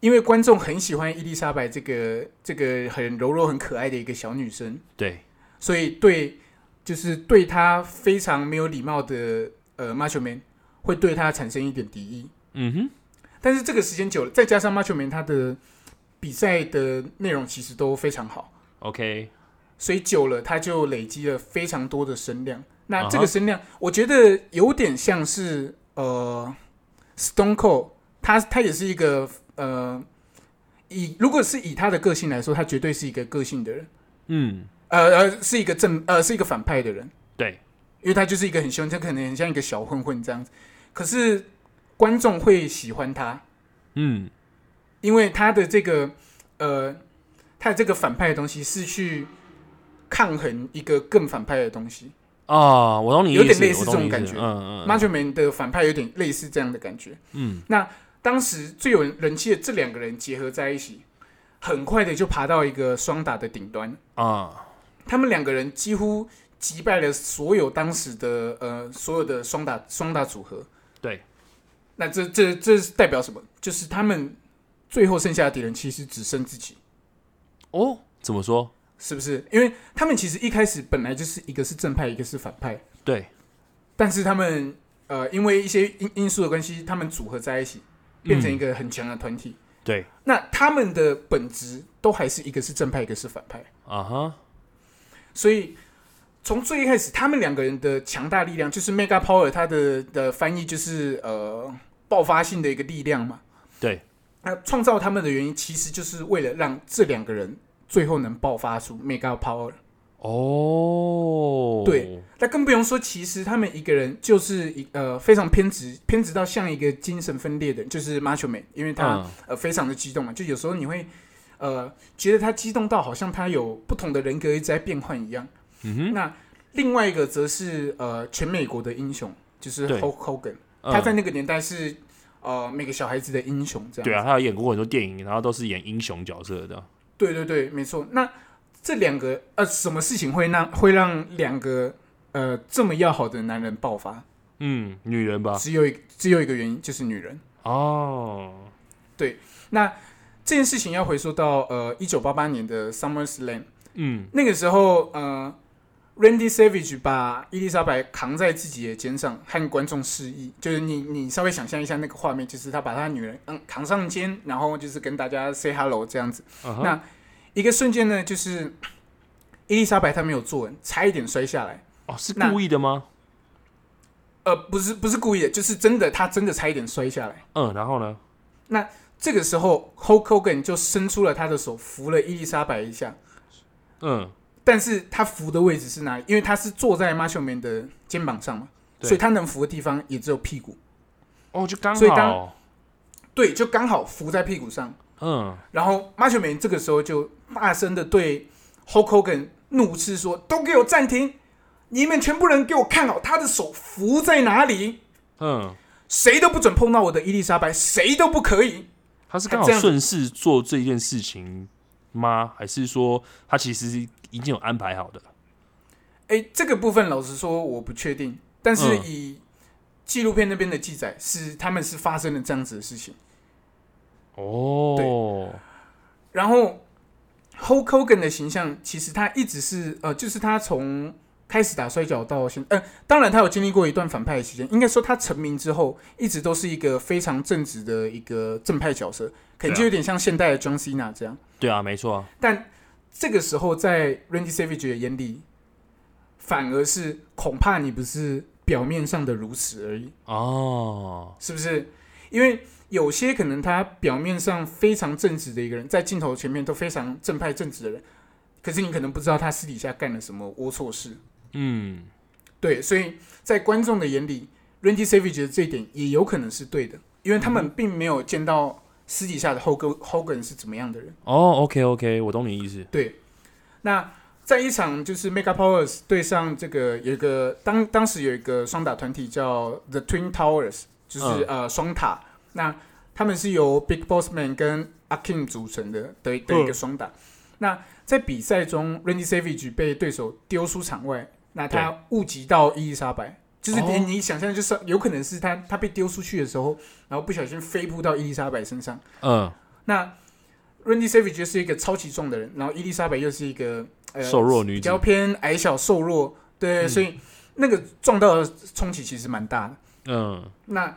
Speaker 2: 因为观众很喜欢伊丽莎白这个这个很柔弱、很可爱的一个小女生，
Speaker 1: 对，
Speaker 2: 所以对就是对她非常没有礼貌的呃 Macho Man 会对她产生一点敌意。
Speaker 1: 嗯哼，
Speaker 2: 但是这个时间久了，再加上 Macho Man 他的比赛的内容其实都非常好，
Speaker 1: OK，
Speaker 2: 所以久了他就累积了非常多的声量。那
Speaker 1: 啊
Speaker 2: 这
Speaker 1: 哈
Speaker 2: 个声量，我觉得有点像是呃，Stone Cold，他他也是一个呃，以如果是以他的个性来说，他绝对是一个个性的人，
Speaker 1: 嗯，
Speaker 2: 呃呃，是一个正呃是一个反派的人，
Speaker 1: 对，
Speaker 2: 因为他就是一个很凶，他可能很像一个小混混这样子。可是观众会喜欢他，
Speaker 1: 嗯，
Speaker 2: 因为他的这个呃，他的这个反派的东西是去抗衡一个更反派的东西。
Speaker 1: 啊，我懂你意思，
Speaker 2: 有点类似
Speaker 1: 我懂你
Speaker 2: 这种
Speaker 1: 意思
Speaker 2: 感觉
Speaker 1: 嗯嗯
Speaker 2: Macho Man 的反派有点类似这样的感觉。
Speaker 1: 嗯，
Speaker 2: 当时最有人气的这两个人结合在一起，很快的就爬到一个双打的顶端。
Speaker 1: 嗯啊，
Speaker 2: 他们两个人几乎击败了所有当时的呃所有的双打双打组合。
Speaker 1: 对，
Speaker 2: 那这这这是代表什么？就是他们最后剩下的敌人其实只剩自己。
Speaker 1: 哦，怎么说？
Speaker 2: 是不是？因为他们其实一开始本来就是一个是正派，一个是反派，
Speaker 1: 对，
Speaker 2: 但是他们呃因为一些因因素的关系，他们组合在一起，变成一个很强的团体。
Speaker 1: 嗯对，
Speaker 2: 那他们的本质都还是一个是正派，一个是反派，
Speaker 1: 啊哈，
Speaker 2: 所以从最一开始，他们两个人的强大力量就是 mega power，它的的翻译就是呃爆发性的一个力量嘛。
Speaker 1: 对，
Speaker 2: 那创造他们的原因，其实就是为了让这两个人最后能爆发出 mega power。
Speaker 1: 哦，
Speaker 2: 对，那更不用说，其实他们一个人就是一呃非常偏执，偏执到像一个精神分裂的人，就是 Macho Man，因为他、
Speaker 1: 嗯
Speaker 2: 呃非常的激动嘛，就有时候你会呃觉得他激动到好像他有不同的人格一直在变换一样。
Speaker 1: 嗯哼，
Speaker 2: 那另外一个则是呃全美国的英雄，就是
Speaker 1: 对
Speaker 2: Hulk Hogan，
Speaker 1: 嗯
Speaker 2: 他在那个年代是呃每个小孩子的英雄这样。
Speaker 1: 对啊，，他有演过很多电影，然后都是演英雄角色的。
Speaker 2: 对对对，没错。那这两个呃什么事情会让会让两个呃这么要好的男人爆发？
Speaker 1: 嗯，女人吧。
Speaker 2: 只有一只有一个原因，就是女人。
Speaker 1: 哦，
Speaker 2: 那这件事情要回溯到呃一九八八年的 SummerSlam，
Speaker 1: 嗯
Speaker 2: 那个时候呃 Randy Savage 把伊丽莎白扛在自己的肩上，和观众示意，就是你你稍微想象一下那个画面，就是他把他女儿嗯扛上肩，然后就是跟大家 say hello 这样子。
Speaker 1: 啊
Speaker 2: 那
Speaker 1: 哈，
Speaker 2: 一个瞬间呢，就是伊丽莎白她没有坐稳，差一点摔下来。
Speaker 1: 哦，是
Speaker 2: 那
Speaker 1: 故意的吗？
Speaker 2: 呃，不是不是故意的，就是真的，她真的差一点摔下来。
Speaker 1: 嗯，然后呢？
Speaker 2: 这个时候，Hulk Hogan 就伸出了他的手扶了伊丽莎白一下，
Speaker 1: 嗯，
Speaker 2: 但是他扶的位置是哪里？因为他是坐在 Macho Man 的肩膀上嘛，
Speaker 1: 对
Speaker 2: 所以他能扶的地方也只有屁股。
Speaker 1: 哦，就刚
Speaker 2: 所以当
Speaker 1: 好，
Speaker 2: 对，就刚好扶在屁股上。
Speaker 1: 嗯，
Speaker 2: 然后 Macho Man 这个时候就大声的对 Hulk Hogan 怒斥说：“都给我暂停！你们全部人给我看好他的手扶在哪里，
Speaker 1: 嗯，
Speaker 2: 谁都不准碰到我的伊丽莎白，谁都不可以。
Speaker 1: 他是刚好
Speaker 2: 这样子
Speaker 1: 顺势做这件事情吗？还是说他其实已经有安排好的？”
Speaker 2: 哎，这个部分老实说我不确定，但是
Speaker 1: 嗯
Speaker 2: 以纪录片那边的记载是他们是发生了这样子的事情。
Speaker 1: 哦，
Speaker 2: 然后 Hulk Hogan 的形象，其实他一直是呃，就是他从开始打摔跤到现，呃，当然他有经历过一段反派的期间，应该说他成名之后，一直都是一个非常正直的一个正派角色，可能就有点像现代的 John Cena 这样。
Speaker 1: 对啊，没错啊，
Speaker 2: 但这个时候，在 Randy Savage 的眼里，反而是恐怕你不是表面上的如此而已。
Speaker 1: 哦，
Speaker 2: 是不是？因为有些可能他表面上非常正直的一个人，在镜头前面都非常正派正直的人，可是你可能不知道他私底下干了什么龌龊事。
Speaker 1: 嗯，
Speaker 2: 对，所以在观众的眼里，Randy Savage 的这一点也有可能是对的，因为他们并没有见到私底下的 Hogan Hogan 是怎么样的人。
Speaker 1: 哦，OK OK，我懂你意思。
Speaker 2: 对，那在一场就是 Mega Powers 对上这个有一个当当时有一个双打团体叫 The Twin Towers，就是、呃双塔。那他们是由 Big Boss Man 跟 Akim 组成的的的一个双打。那在比赛中，Randy Savage 被对手丢出场外，那他误击到伊丽莎白，就是你、
Speaker 1: 哦
Speaker 2: 你想象就是有可能是他他被丢出去的时候，然后不小心飞扑到伊丽莎白身上。
Speaker 1: 嗯，
Speaker 2: 那 Randy Savage 就是一个超级重的人，然后伊丽莎白又是一个呃
Speaker 1: 瘦弱女
Speaker 2: 比
Speaker 1: 子
Speaker 2: 较，偏矮小瘦弱，对，
Speaker 1: 嗯
Speaker 2: 所以那个撞到的冲击其实蛮大的。
Speaker 1: 嗯，
Speaker 2: 那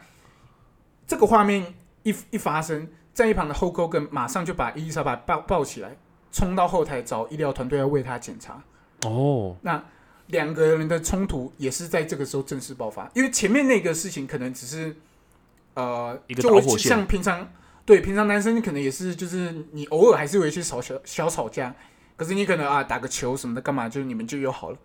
Speaker 2: 这个画面一一发生，在一旁的后沟跟马上就把伊丽莎白抱抱起来，冲到后台找医疗团队要为她检查。
Speaker 1: 哦，
Speaker 2: 那两个人的冲突也是在这个时候正式爆发，因为前面那个事情可能只是呃，
Speaker 1: 一个
Speaker 2: 就
Speaker 1: 导
Speaker 2: 我
Speaker 1: 火线
Speaker 2: 像平常对平常男生可能也是就是你偶尔还是有一些小小小吵架，可是你可能啊打个球什么的干嘛，就是你们就友好了。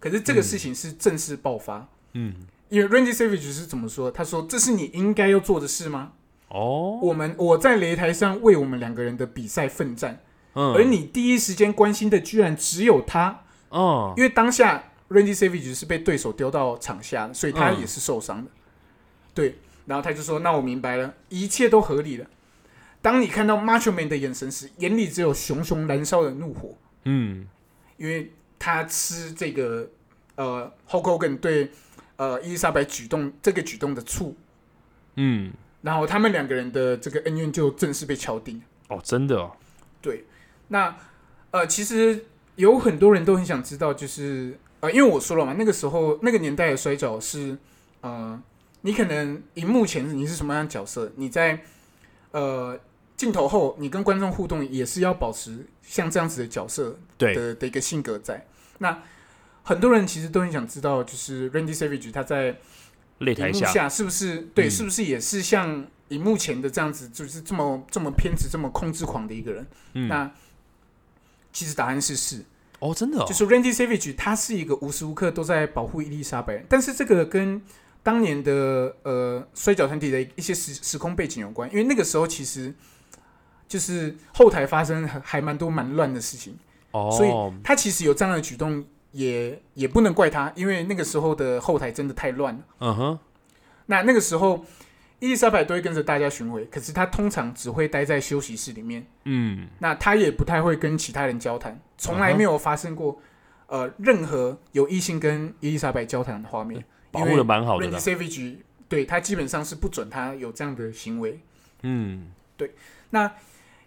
Speaker 2: 可是这个事情是正式爆发，
Speaker 1: 嗯，
Speaker 2: 因为 Randy Savage 是怎么说？他说：“这是你应该要做的事吗？
Speaker 1: 哦，
Speaker 2: 我们我在擂台上为我们两个人的比赛奋战，
Speaker 1: 嗯，
Speaker 2: 而你第一时间关心的居然只有他。”
Speaker 1: 嗯，
Speaker 2: 因为当下 Randy Savage 是被对手丢到场下的，所以他
Speaker 1: 嗯
Speaker 2: 也是受伤的。对，然后他就说：“那我明白了，一切都合理了。”当你看到 Macho Man 的眼神时，眼里只有熊熊燃烧的怒火，
Speaker 1: 嗯，
Speaker 2: 因为他吃这个呃 Hulk Hogan 对呃伊丽莎白举动这个举动的醋，
Speaker 1: 嗯，
Speaker 2: 然后他们两个人的这个恩怨就正式被敲定。
Speaker 1: 哦，真的哦，
Speaker 2: 对，那呃，其实有很多人都很想知道，就是呃，因为我说了嘛，那个时候那个年代的摔跤是呃，你可能荧幕前你是什么样的角色，你在呃镜头后，你跟观众互动也是要保持像这样子的角色
Speaker 1: 对，
Speaker 2: 的的一个性格在。那很多人其实都很想知道，就是 Randy Savage 他在
Speaker 1: 擂
Speaker 2: 荧
Speaker 1: 台
Speaker 2: 幕
Speaker 1: 下，
Speaker 2: 下是不是对，
Speaker 1: 嗯
Speaker 2: 是不是也是像荧幕前的这样子，就是这么这么偏执、这么控制狂的一个人？
Speaker 1: 嗯，
Speaker 2: 那其实答案是是，
Speaker 1: 哦，真的哦
Speaker 2: 就，是 Randy Savage 他是一个无时无刻都在保护伊丽莎白，但是这个跟当年的呃摔跤团体的一些时时空背景有关，因为那个时候其实就是后台发生还还蛮多蛮乱的事情，
Speaker 1: 哦，
Speaker 2: 所以他其实有这样的举动也也不能怪他，因为那个时候的后台真的太乱了。
Speaker 1: 嗯哼，
Speaker 2: 那那个时候伊丽莎白都会跟着大家巡回，可是她通常只会待在休息室里面。
Speaker 1: 嗯，
Speaker 2: 那他也不太会跟其他人交谈，从来没有发生过、呃任何有异性跟伊丽莎白交谈的画面。
Speaker 1: 保护的蛮好的
Speaker 2: Randy
Speaker 1: 啦，
Speaker 2: Savage 对他基本上是不准他有这样的行为。
Speaker 1: 嗯，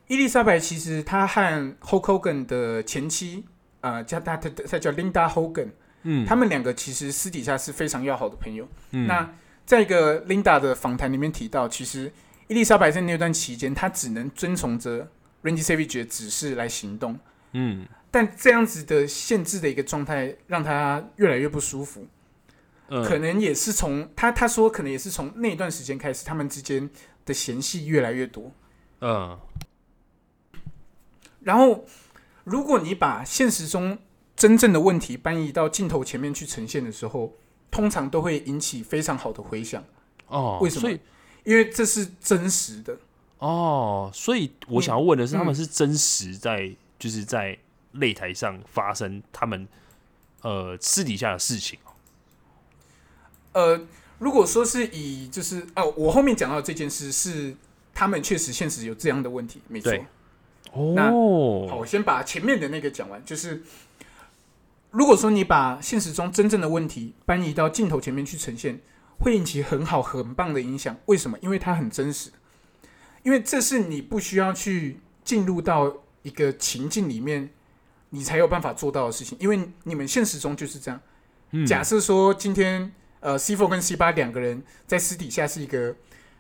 Speaker 2: 伊丽莎白其实她和 Hulk Hogan 的前妻呃，叫他他他叫 Linda Hogan，
Speaker 1: 嗯
Speaker 2: 他们两个其实私底下是非常要好的朋友。
Speaker 1: 嗯
Speaker 2: 那在一个 Linda 的访谈里面提到，其实伊丽莎白在那段期间，她只能遵从着 Randy Savage 的指示来行动，
Speaker 1: 嗯
Speaker 2: 但这样子的限制的一个状态，让她越来越不舒服。
Speaker 1: 嗯
Speaker 2: 可能也是从他他说，可能也是从那段时间开始，他们之间的嫌隙越来越多。
Speaker 1: 嗯
Speaker 2: 然后，如果你把现实中真正的问题搬移到镜头前面去呈现的时候，通常都会引起非常好的回响，
Speaker 1: 哦，
Speaker 2: 为什么
Speaker 1: 所以
Speaker 2: 因为这是真实的。
Speaker 1: 哦，所以我
Speaker 2: 你
Speaker 1: 想要问的是，
Speaker 2: 嗯
Speaker 1: 他们是真实在就是在擂台上发生他们呃私底下的事情哦
Speaker 2: 呃，如果说是以就是哦，我后面讲到这件事是他们确实现实有这样的问题，没错
Speaker 1: 对。
Speaker 2: 那好，
Speaker 1: 哦，
Speaker 2: 我先把前面的那个讲完，就是如果说你把现实中真正的问题搬移到镜头前面去呈现，会引起很好很棒的影响。为什么？因为它很真实，因为这是你不需要去进入到一个情境里面，你才有办法做到的事情。因为你们现实中就是这样。
Speaker 1: 嗯
Speaker 2: 假设说今天呃 C four 跟 C 八两个人在私底下是一个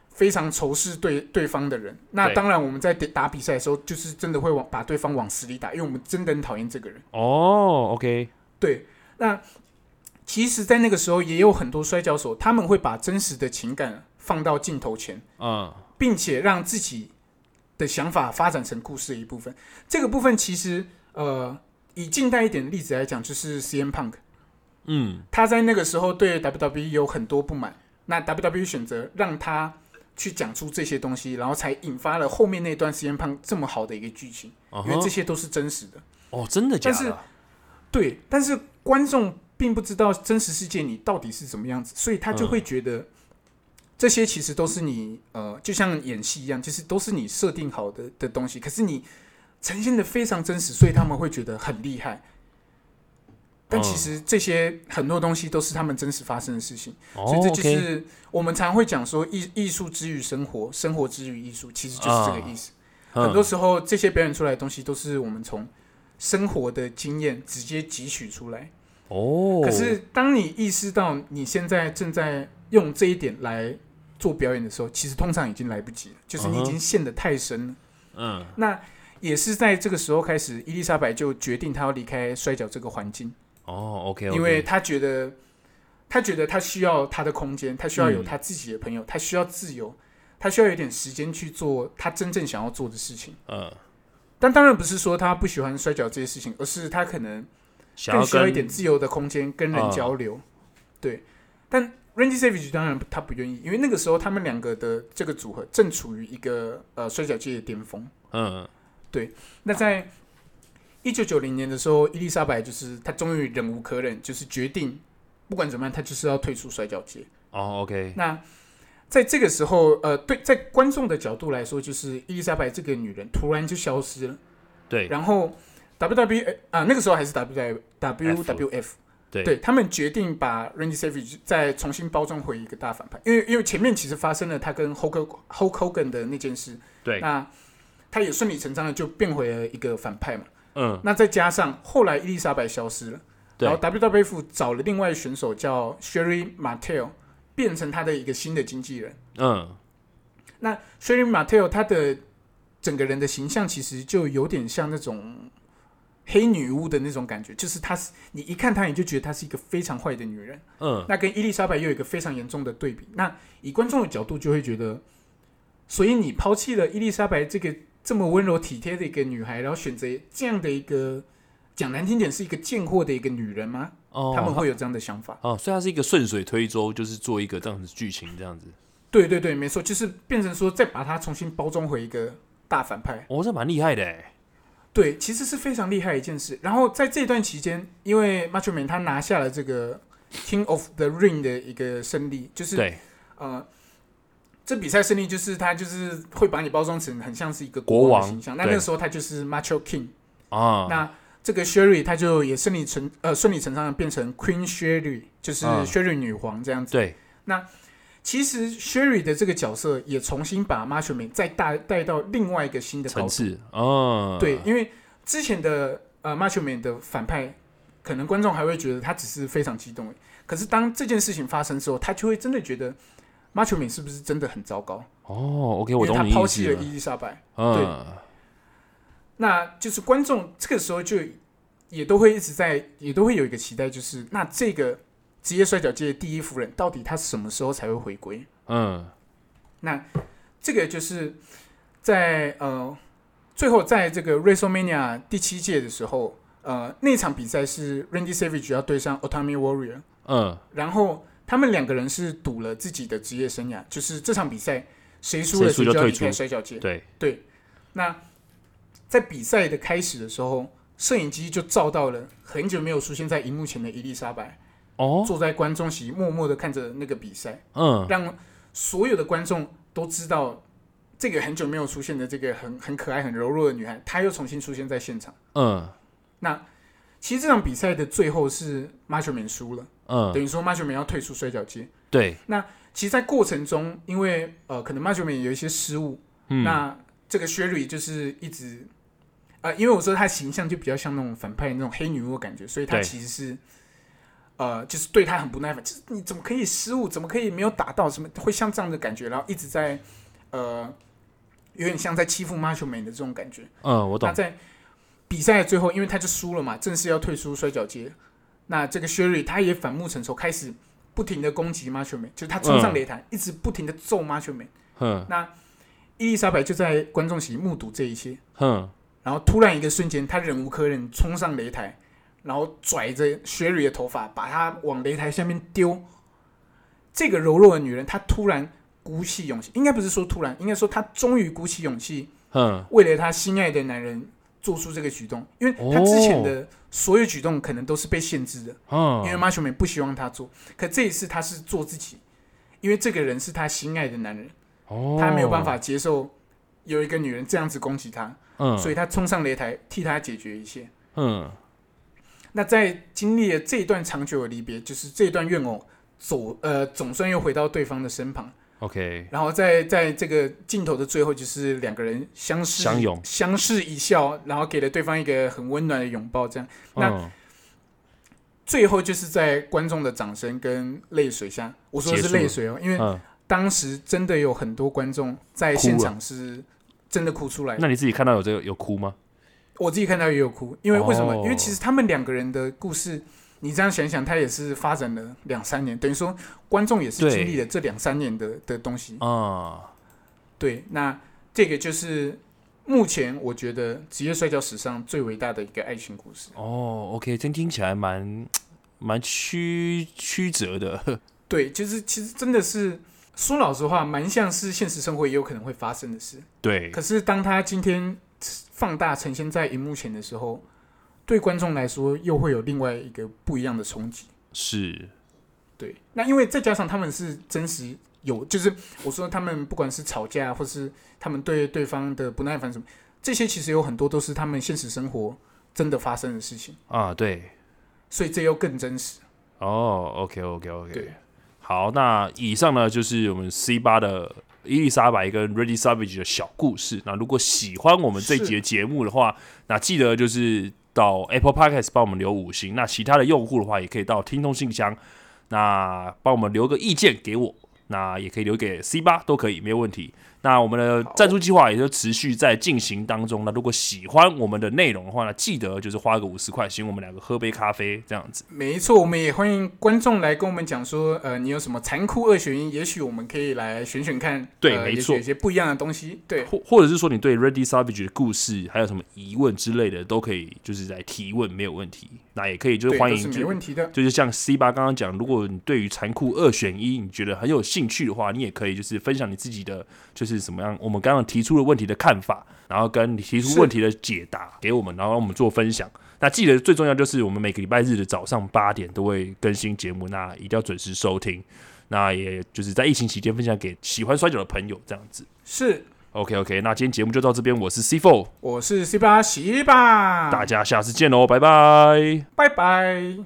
Speaker 2: 非常仇视对对方的人，那
Speaker 1: 对
Speaker 2: 当然我们在打打比赛的时候，就是真的会往把对方往死里打，因为我们真的很讨厌这个人。
Speaker 1: 哦，OK，
Speaker 2: 对，那其实，在那个时候也有很多摔跤手，他们会把真实的情感放到镜头前，
Speaker 1: 嗯
Speaker 2: 并且让自己的想法发展成故事的一部分。这个部分其实呃，以近代一点的例子来讲，就是 CM Punk。
Speaker 1: 嗯
Speaker 2: 他在那个时候对 WWE 有很多不满，那 WWE 选择让他去讲出这些东西，然后才引发了后面那段时间胖这么好的一个剧情，
Speaker 1: 啊
Speaker 2: 因为
Speaker 1: 哈
Speaker 2: 这，些都是真实的。
Speaker 1: 哦，真的假
Speaker 2: 但是
Speaker 1: 的啊？
Speaker 2: 对，但是观众并不知道真实世界你到底是怎么样子，所以他就会觉得这些其实都是你呃，就像演戏一样，其实都是你设定好的的东西，可是你呈现的非常真实，所以他们会觉得很厉害。但其
Speaker 1: 嗯
Speaker 2: 实这些很多东西都是他们真实发生的事情。所
Speaker 1: 哦
Speaker 2: 以这就
Speaker 1: ，OK，
Speaker 2: 是我们常会讲说艺艺术之于生活，生活之于艺术，其实就是这个意思。很多
Speaker 1: 嗯
Speaker 2: 时候这些表演出来的东西都是我们从生活的经验直接汲取出来。
Speaker 1: 哦，
Speaker 2: 可是当你意识到你现在正在用这一点来做表演的时候，其实通常已经来不及了，就是你已
Speaker 1: 嗯
Speaker 2: 经陷得太深了。
Speaker 1: 嗯
Speaker 2: 那也是在这个时候开始，伊丽莎白就决定她要离开摔跤这个环境。
Speaker 1: 哦，OK，
Speaker 2: 因为他觉得，他觉得他需要他的空间，他需要有
Speaker 1: 嗯
Speaker 2: 他自己的朋友，他需要自由，他需要有点时间去做他真正想要做的事情。
Speaker 1: 嗯
Speaker 2: 但当然不是说他不喜欢摔跤这些事情，而是他可能
Speaker 1: 想
Speaker 2: 更
Speaker 1: 要
Speaker 2: 需要
Speaker 1: 跟
Speaker 2: 一点自由的空间，跟人
Speaker 1: 嗯
Speaker 2: 交流。对，但 Randy Savage 当然不他不愿意，因为那个时候他们两个的这个组合正处于一个呃摔跤界的巅峰。
Speaker 1: 嗯
Speaker 2: 那在一九九零年的时候，伊丽莎白就是她终于忍无可忍，就是决定不管怎么样，她就是要退出摔跤界。
Speaker 1: 哦，OK，
Speaker 2: 那在这个时候，呃，对，在观众的角度来说，就是伊丽莎白这个女人突然就消失了，
Speaker 1: 对
Speaker 2: 然后 WWE 呃啊、那个时候还是 W WWF。
Speaker 1: 对
Speaker 2: 对他们决定把 Randy Savage 再重新包装回一个大反派，因为因为前面其实发生了他跟 Hulk Hulk Hogan 的那件事，
Speaker 1: 对，
Speaker 2: 那他也顺理成章的就变回了一个反派嘛。
Speaker 1: 嗯
Speaker 2: 那再加上后来伊丽莎白消失了，
Speaker 1: 对
Speaker 2: 然后 WWF 找了另外选手叫 Sherry Martel，变成他的一个新的经纪人。
Speaker 1: 嗯
Speaker 2: 那 Sherry Martel 他的整个人的形象其实就有点像那种黑女巫的那种感觉，就是她是你一看她你就觉得她是一个非常坏的女人。
Speaker 1: 嗯
Speaker 2: 那跟伊丽莎白又有一个非常严重的对比。那以观众的角度就会觉得，所以你抛弃了伊丽莎白这个这么温柔体贴的一个女孩，然后选择这样的一个讲难听点是一个贱货的一个女人吗？
Speaker 1: 哦，
Speaker 2: 他们会有这样的想法。
Speaker 1: 哦，所以它是一个顺水推舟，就是做一个这样子剧情这样子。
Speaker 2: 对对对，没错，就是变成说再把她重新包装回一个大反派。
Speaker 1: 哦，这蛮厉害的欸
Speaker 2: 对，其实是非常厉害的一件事。然后在这段期间，因为 Macho Man 他拿下了这个 King of the Ring 的一个胜利，就是
Speaker 1: 对，
Speaker 2: 呃，这比赛胜利就是他就是会把你包装成很像是一个
Speaker 1: 国
Speaker 2: 王的
Speaker 1: 王
Speaker 2: 形象。那
Speaker 1: 对
Speaker 2: 那个时候他就是 Macho King，、
Speaker 1: 啊，
Speaker 2: 那这个 Sherry 他就也顺理成呃顺理成章的变成 Queen Sherry，就是
Speaker 1: 嗯
Speaker 2: Sherry 女皇这样子。
Speaker 1: 对，
Speaker 2: 其实 Sherry 的这个角色也重新把 Macho Man 再带带到另外一个新的高
Speaker 1: 层
Speaker 2: 度。
Speaker 1: 次啊，
Speaker 2: 对，因为之前的呃 Macho Man 的反派，可能观众还会觉得他只是非常激动而已。可是当这件事情发生之后，他就会真的觉得 Macho Man 是不是真的很糟糕？
Speaker 1: 哦，OK，
Speaker 2: 因
Speaker 1: 我
Speaker 2: 为他
Speaker 1: 懂你意
Speaker 2: 抛弃
Speaker 1: 思
Speaker 2: 了
Speaker 1: 了。
Speaker 2: 伊丽莎白，
Speaker 1: 嗯，
Speaker 2: 那就是观众这个时候就也都会一直在，也都会有一个期待，就是那这个职业摔跤界的第一夫人到底她什么时候才会回归？
Speaker 1: 嗯，
Speaker 2: 这个就是在呃最后在这个 WrestleMania 第七届的时候，呃那场比赛是 Randy Savage 要对上 Otami Warrior，
Speaker 1: 嗯，
Speaker 2: 然后他们两个人是赌了自己的职业生涯，就是这场比赛谁输
Speaker 1: 谁
Speaker 2: 了
Speaker 1: 输
Speaker 2: 谁
Speaker 1: 就
Speaker 2: 就要
Speaker 1: 退
Speaker 2: 离开
Speaker 1: 出
Speaker 2: 摔跤界。
Speaker 1: 对，
Speaker 2: 对，那在比赛的开始的时候，摄影机就照到了很久没有出现在荧幕前的伊丽莎白，
Speaker 1: 哦，
Speaker 2: 坐在观众席默默的看着那个比赛，
Speaker 1: 嗯，
Speaker 2: 让所有的观众都知道这个很久没有出现的这个很很可爱、很柔弱的女孩，她又重新出现在现场。
Speaker 1: 嗯，
Speaker 2: 其实这场比赛的最后是 Macho Man 输了，
Speaker 1: 嗯，
Speaker 2: 等于说 Macho Man 要退出摔跤界。
Speaker 1: 对，
Speaker 2: 其实，在过程中，因为呃，可能 Macho Man 有一些失误，
Speaker 1: 嗯，
Speaker 2: 那这个 Sherry 就是一直，呃，因为我说她形象就比较像那种反派那种黑女巫的感觉，所以她
Speaker 1: 对
Speaker 2: 其实是，呃，就是对她很不耐烦，就是你怎么可以失误，怎么可以没有打到，什么会像这样的感觉，然后一直在，呃，有点像在欺负 Macho Man 的这种感觉。
Speaker 1: 嗯，我
Speaker 2: 那
Speaker 1: 懂。
Speaker 2: 在比赛的最后，因为他就输了嘛，正式要退出摔跤界。那这个 Sherry 他也反目成仇，开始不停的攻击 Macho Man，就是他冲上
Speaker 1: 嗯
Speaker 2: 擂台，一直不停的揍 Macho Man。
Speaker 1: 哼
Speaker 2: 伊丽莎白就在观众席目睹这一切，
Speaker 1: 哼，
Speaker 2: 然后突然一个瞬间，她忍无可忍，冲上擂台，然后拽着 Sherry 的头发，把她往擂台下面丢。这个柔弱的女人，她突然鼓起勇气，应该不是说突然，应该说她终于鼓起勇气，
Speaker 1: 哼，
Speaker 2: 为了她心爱的男人做出这个举动，因为她之前的所有举动可能都是被限制的，因为
Speaker 1: 嗯，
Speaker 2: Macho Man 不希望她做，可这一次她是做自己，因为这个人是她心爱的男人。
Speaker 1: 哦，
Speaker 2: 他没有办法，接受有一个女人这样子攻击他，
Speaker 1: 嗯，
Speaker 2: 所以他冲上擂台替他解决一切。
Speaker 1: 嗯，
Speaker 2: 那在经历了这一段长久的离别，就是这段怨偶走呃总算又回到对方的身旁，
Speaker 1: ，OK，
Speaker 2: 然后在在这个镜头的最后，就是两个人相视
Speaker 1: 相拥
Speaker 2: 相视一笑，然后给了对方一个很温暖的拥抱，这样那
Speaker 1: 嗯
Speaker 2: 最后就是在观众的掌声跟泪水下，我说的
Speaker 1: 结
Speaker 2: 是
Speaker 1: 束了
Speaker 2: 泪水哦，因为
Speaker 1: 嗯，
Speaker 2: 当时真的有很多观众在
Speaker 1: 哭
Speaker 2: 现
Speaker 1: 了
Speaker 2: 场是真的哭出来的
Speaker 1: 那你自己看到有这个有哭吗？
Speaker 2: 我自己看到也有哭，因为为什么？
Speaker 1: 哦
Speaker 2: 因为其实他们两个人的故事，你这样想想，他也是发展了两三年，等于说观众也是
Speaker 1: 对
Speaker 2: 经历了这两三年的的东西。
Speaker 1: 啊，
Speaker 2: 对，那这个就是目前我觉得职业摔跤史上最伟大的一个爱情故事。
Speaker 1: 哦，OK，真听起来蛮蛮曲曲折的，
Speaker 2: 对，就是其实真的是说老实话，蛮像是现实生活也有可能会发生的事。
Speaker 1: 对，
Speaker 2: 可是当他今天放大呈现在荧幕前的时候，对观众来说又会有另外一个不一样的冲击。
Speaker 1: 是，
Speaker 2: 对，那因为再加上他们是真实有，就是我说他们不管是吵架，或是他们对对方的不耐烦什么，这些其实有很多都是他们现实生活真的发生的事情，
Speaker 1: 啊，对，
Speaker 2: 所以这又更真实。
Speaker 1: 哦，OK，OK，OK，、
Speaker 2: 对
Speaker 1: 好，那以上呢就是我们 C 八的伊丽莎白跟 Ready Savage 的小故事。那如果喜欢我们这一集的节目的话，那记得就是到 Apple Podcast 帮我们留五星。那其他的用户的话，也可以到听众信箱，那帮我们留个意见给我。那也可以留给 C 八都可以，没有问题。那我们的赞助计划也就持续在进行当中。那如果喜欢我们的内容的话呢，记得就是花个五十块请我们两个喝杯咖啡这样子。
Speaker 2: 没错，我们也欢迎观众来跟我们讲说，呃，你有什么残酷二选一？也许我们可以来选选看，
Speaker 1: 对
Speaker 2: 呃
Speaker 1: 没
Speaker 2: 也许
Speaker 1: 错
Speaker 2: 有一些不一样的东西。对，
Speaker 1: 或或者是说你对 Ready Savage 的故事还有什么疑问之类的，都可以就是来提问，没有问题。那也可以就是
Speaker 2: 对，
Speaker 1: 欢
Speaker 2: 都
Speaker 1: 迎
Speaker 2: 是
Speaker 1: 就
Speaker 2: 没问题的。
Speaker 1: 就是像 C 八刚刚讲，如果你对于残酷二选一你觉得很有兴趣的话，你也可以就是分享你自己的就是怎么样，我们刚刚提出的问题的看法，然后跟你提出
Speaker 2: 是
Speaker 1: 问题的解答给我们，然后让我们做分享。那记得最重要就是我们每个礼拜日的早上八点都会更新节目，那一定要准时收听。那也就是在疫情期间分享给喜欢摔跤的朋友这样子。
Speaker 2: 是，
Speaker 1: OK OK，那今天节目就到这边，我是 C Four，、
Speaker 2: 我是 C 八喜吧，
Speaker 1: 大家下次见喽，拜拜。
Speaker 2: 拜拜。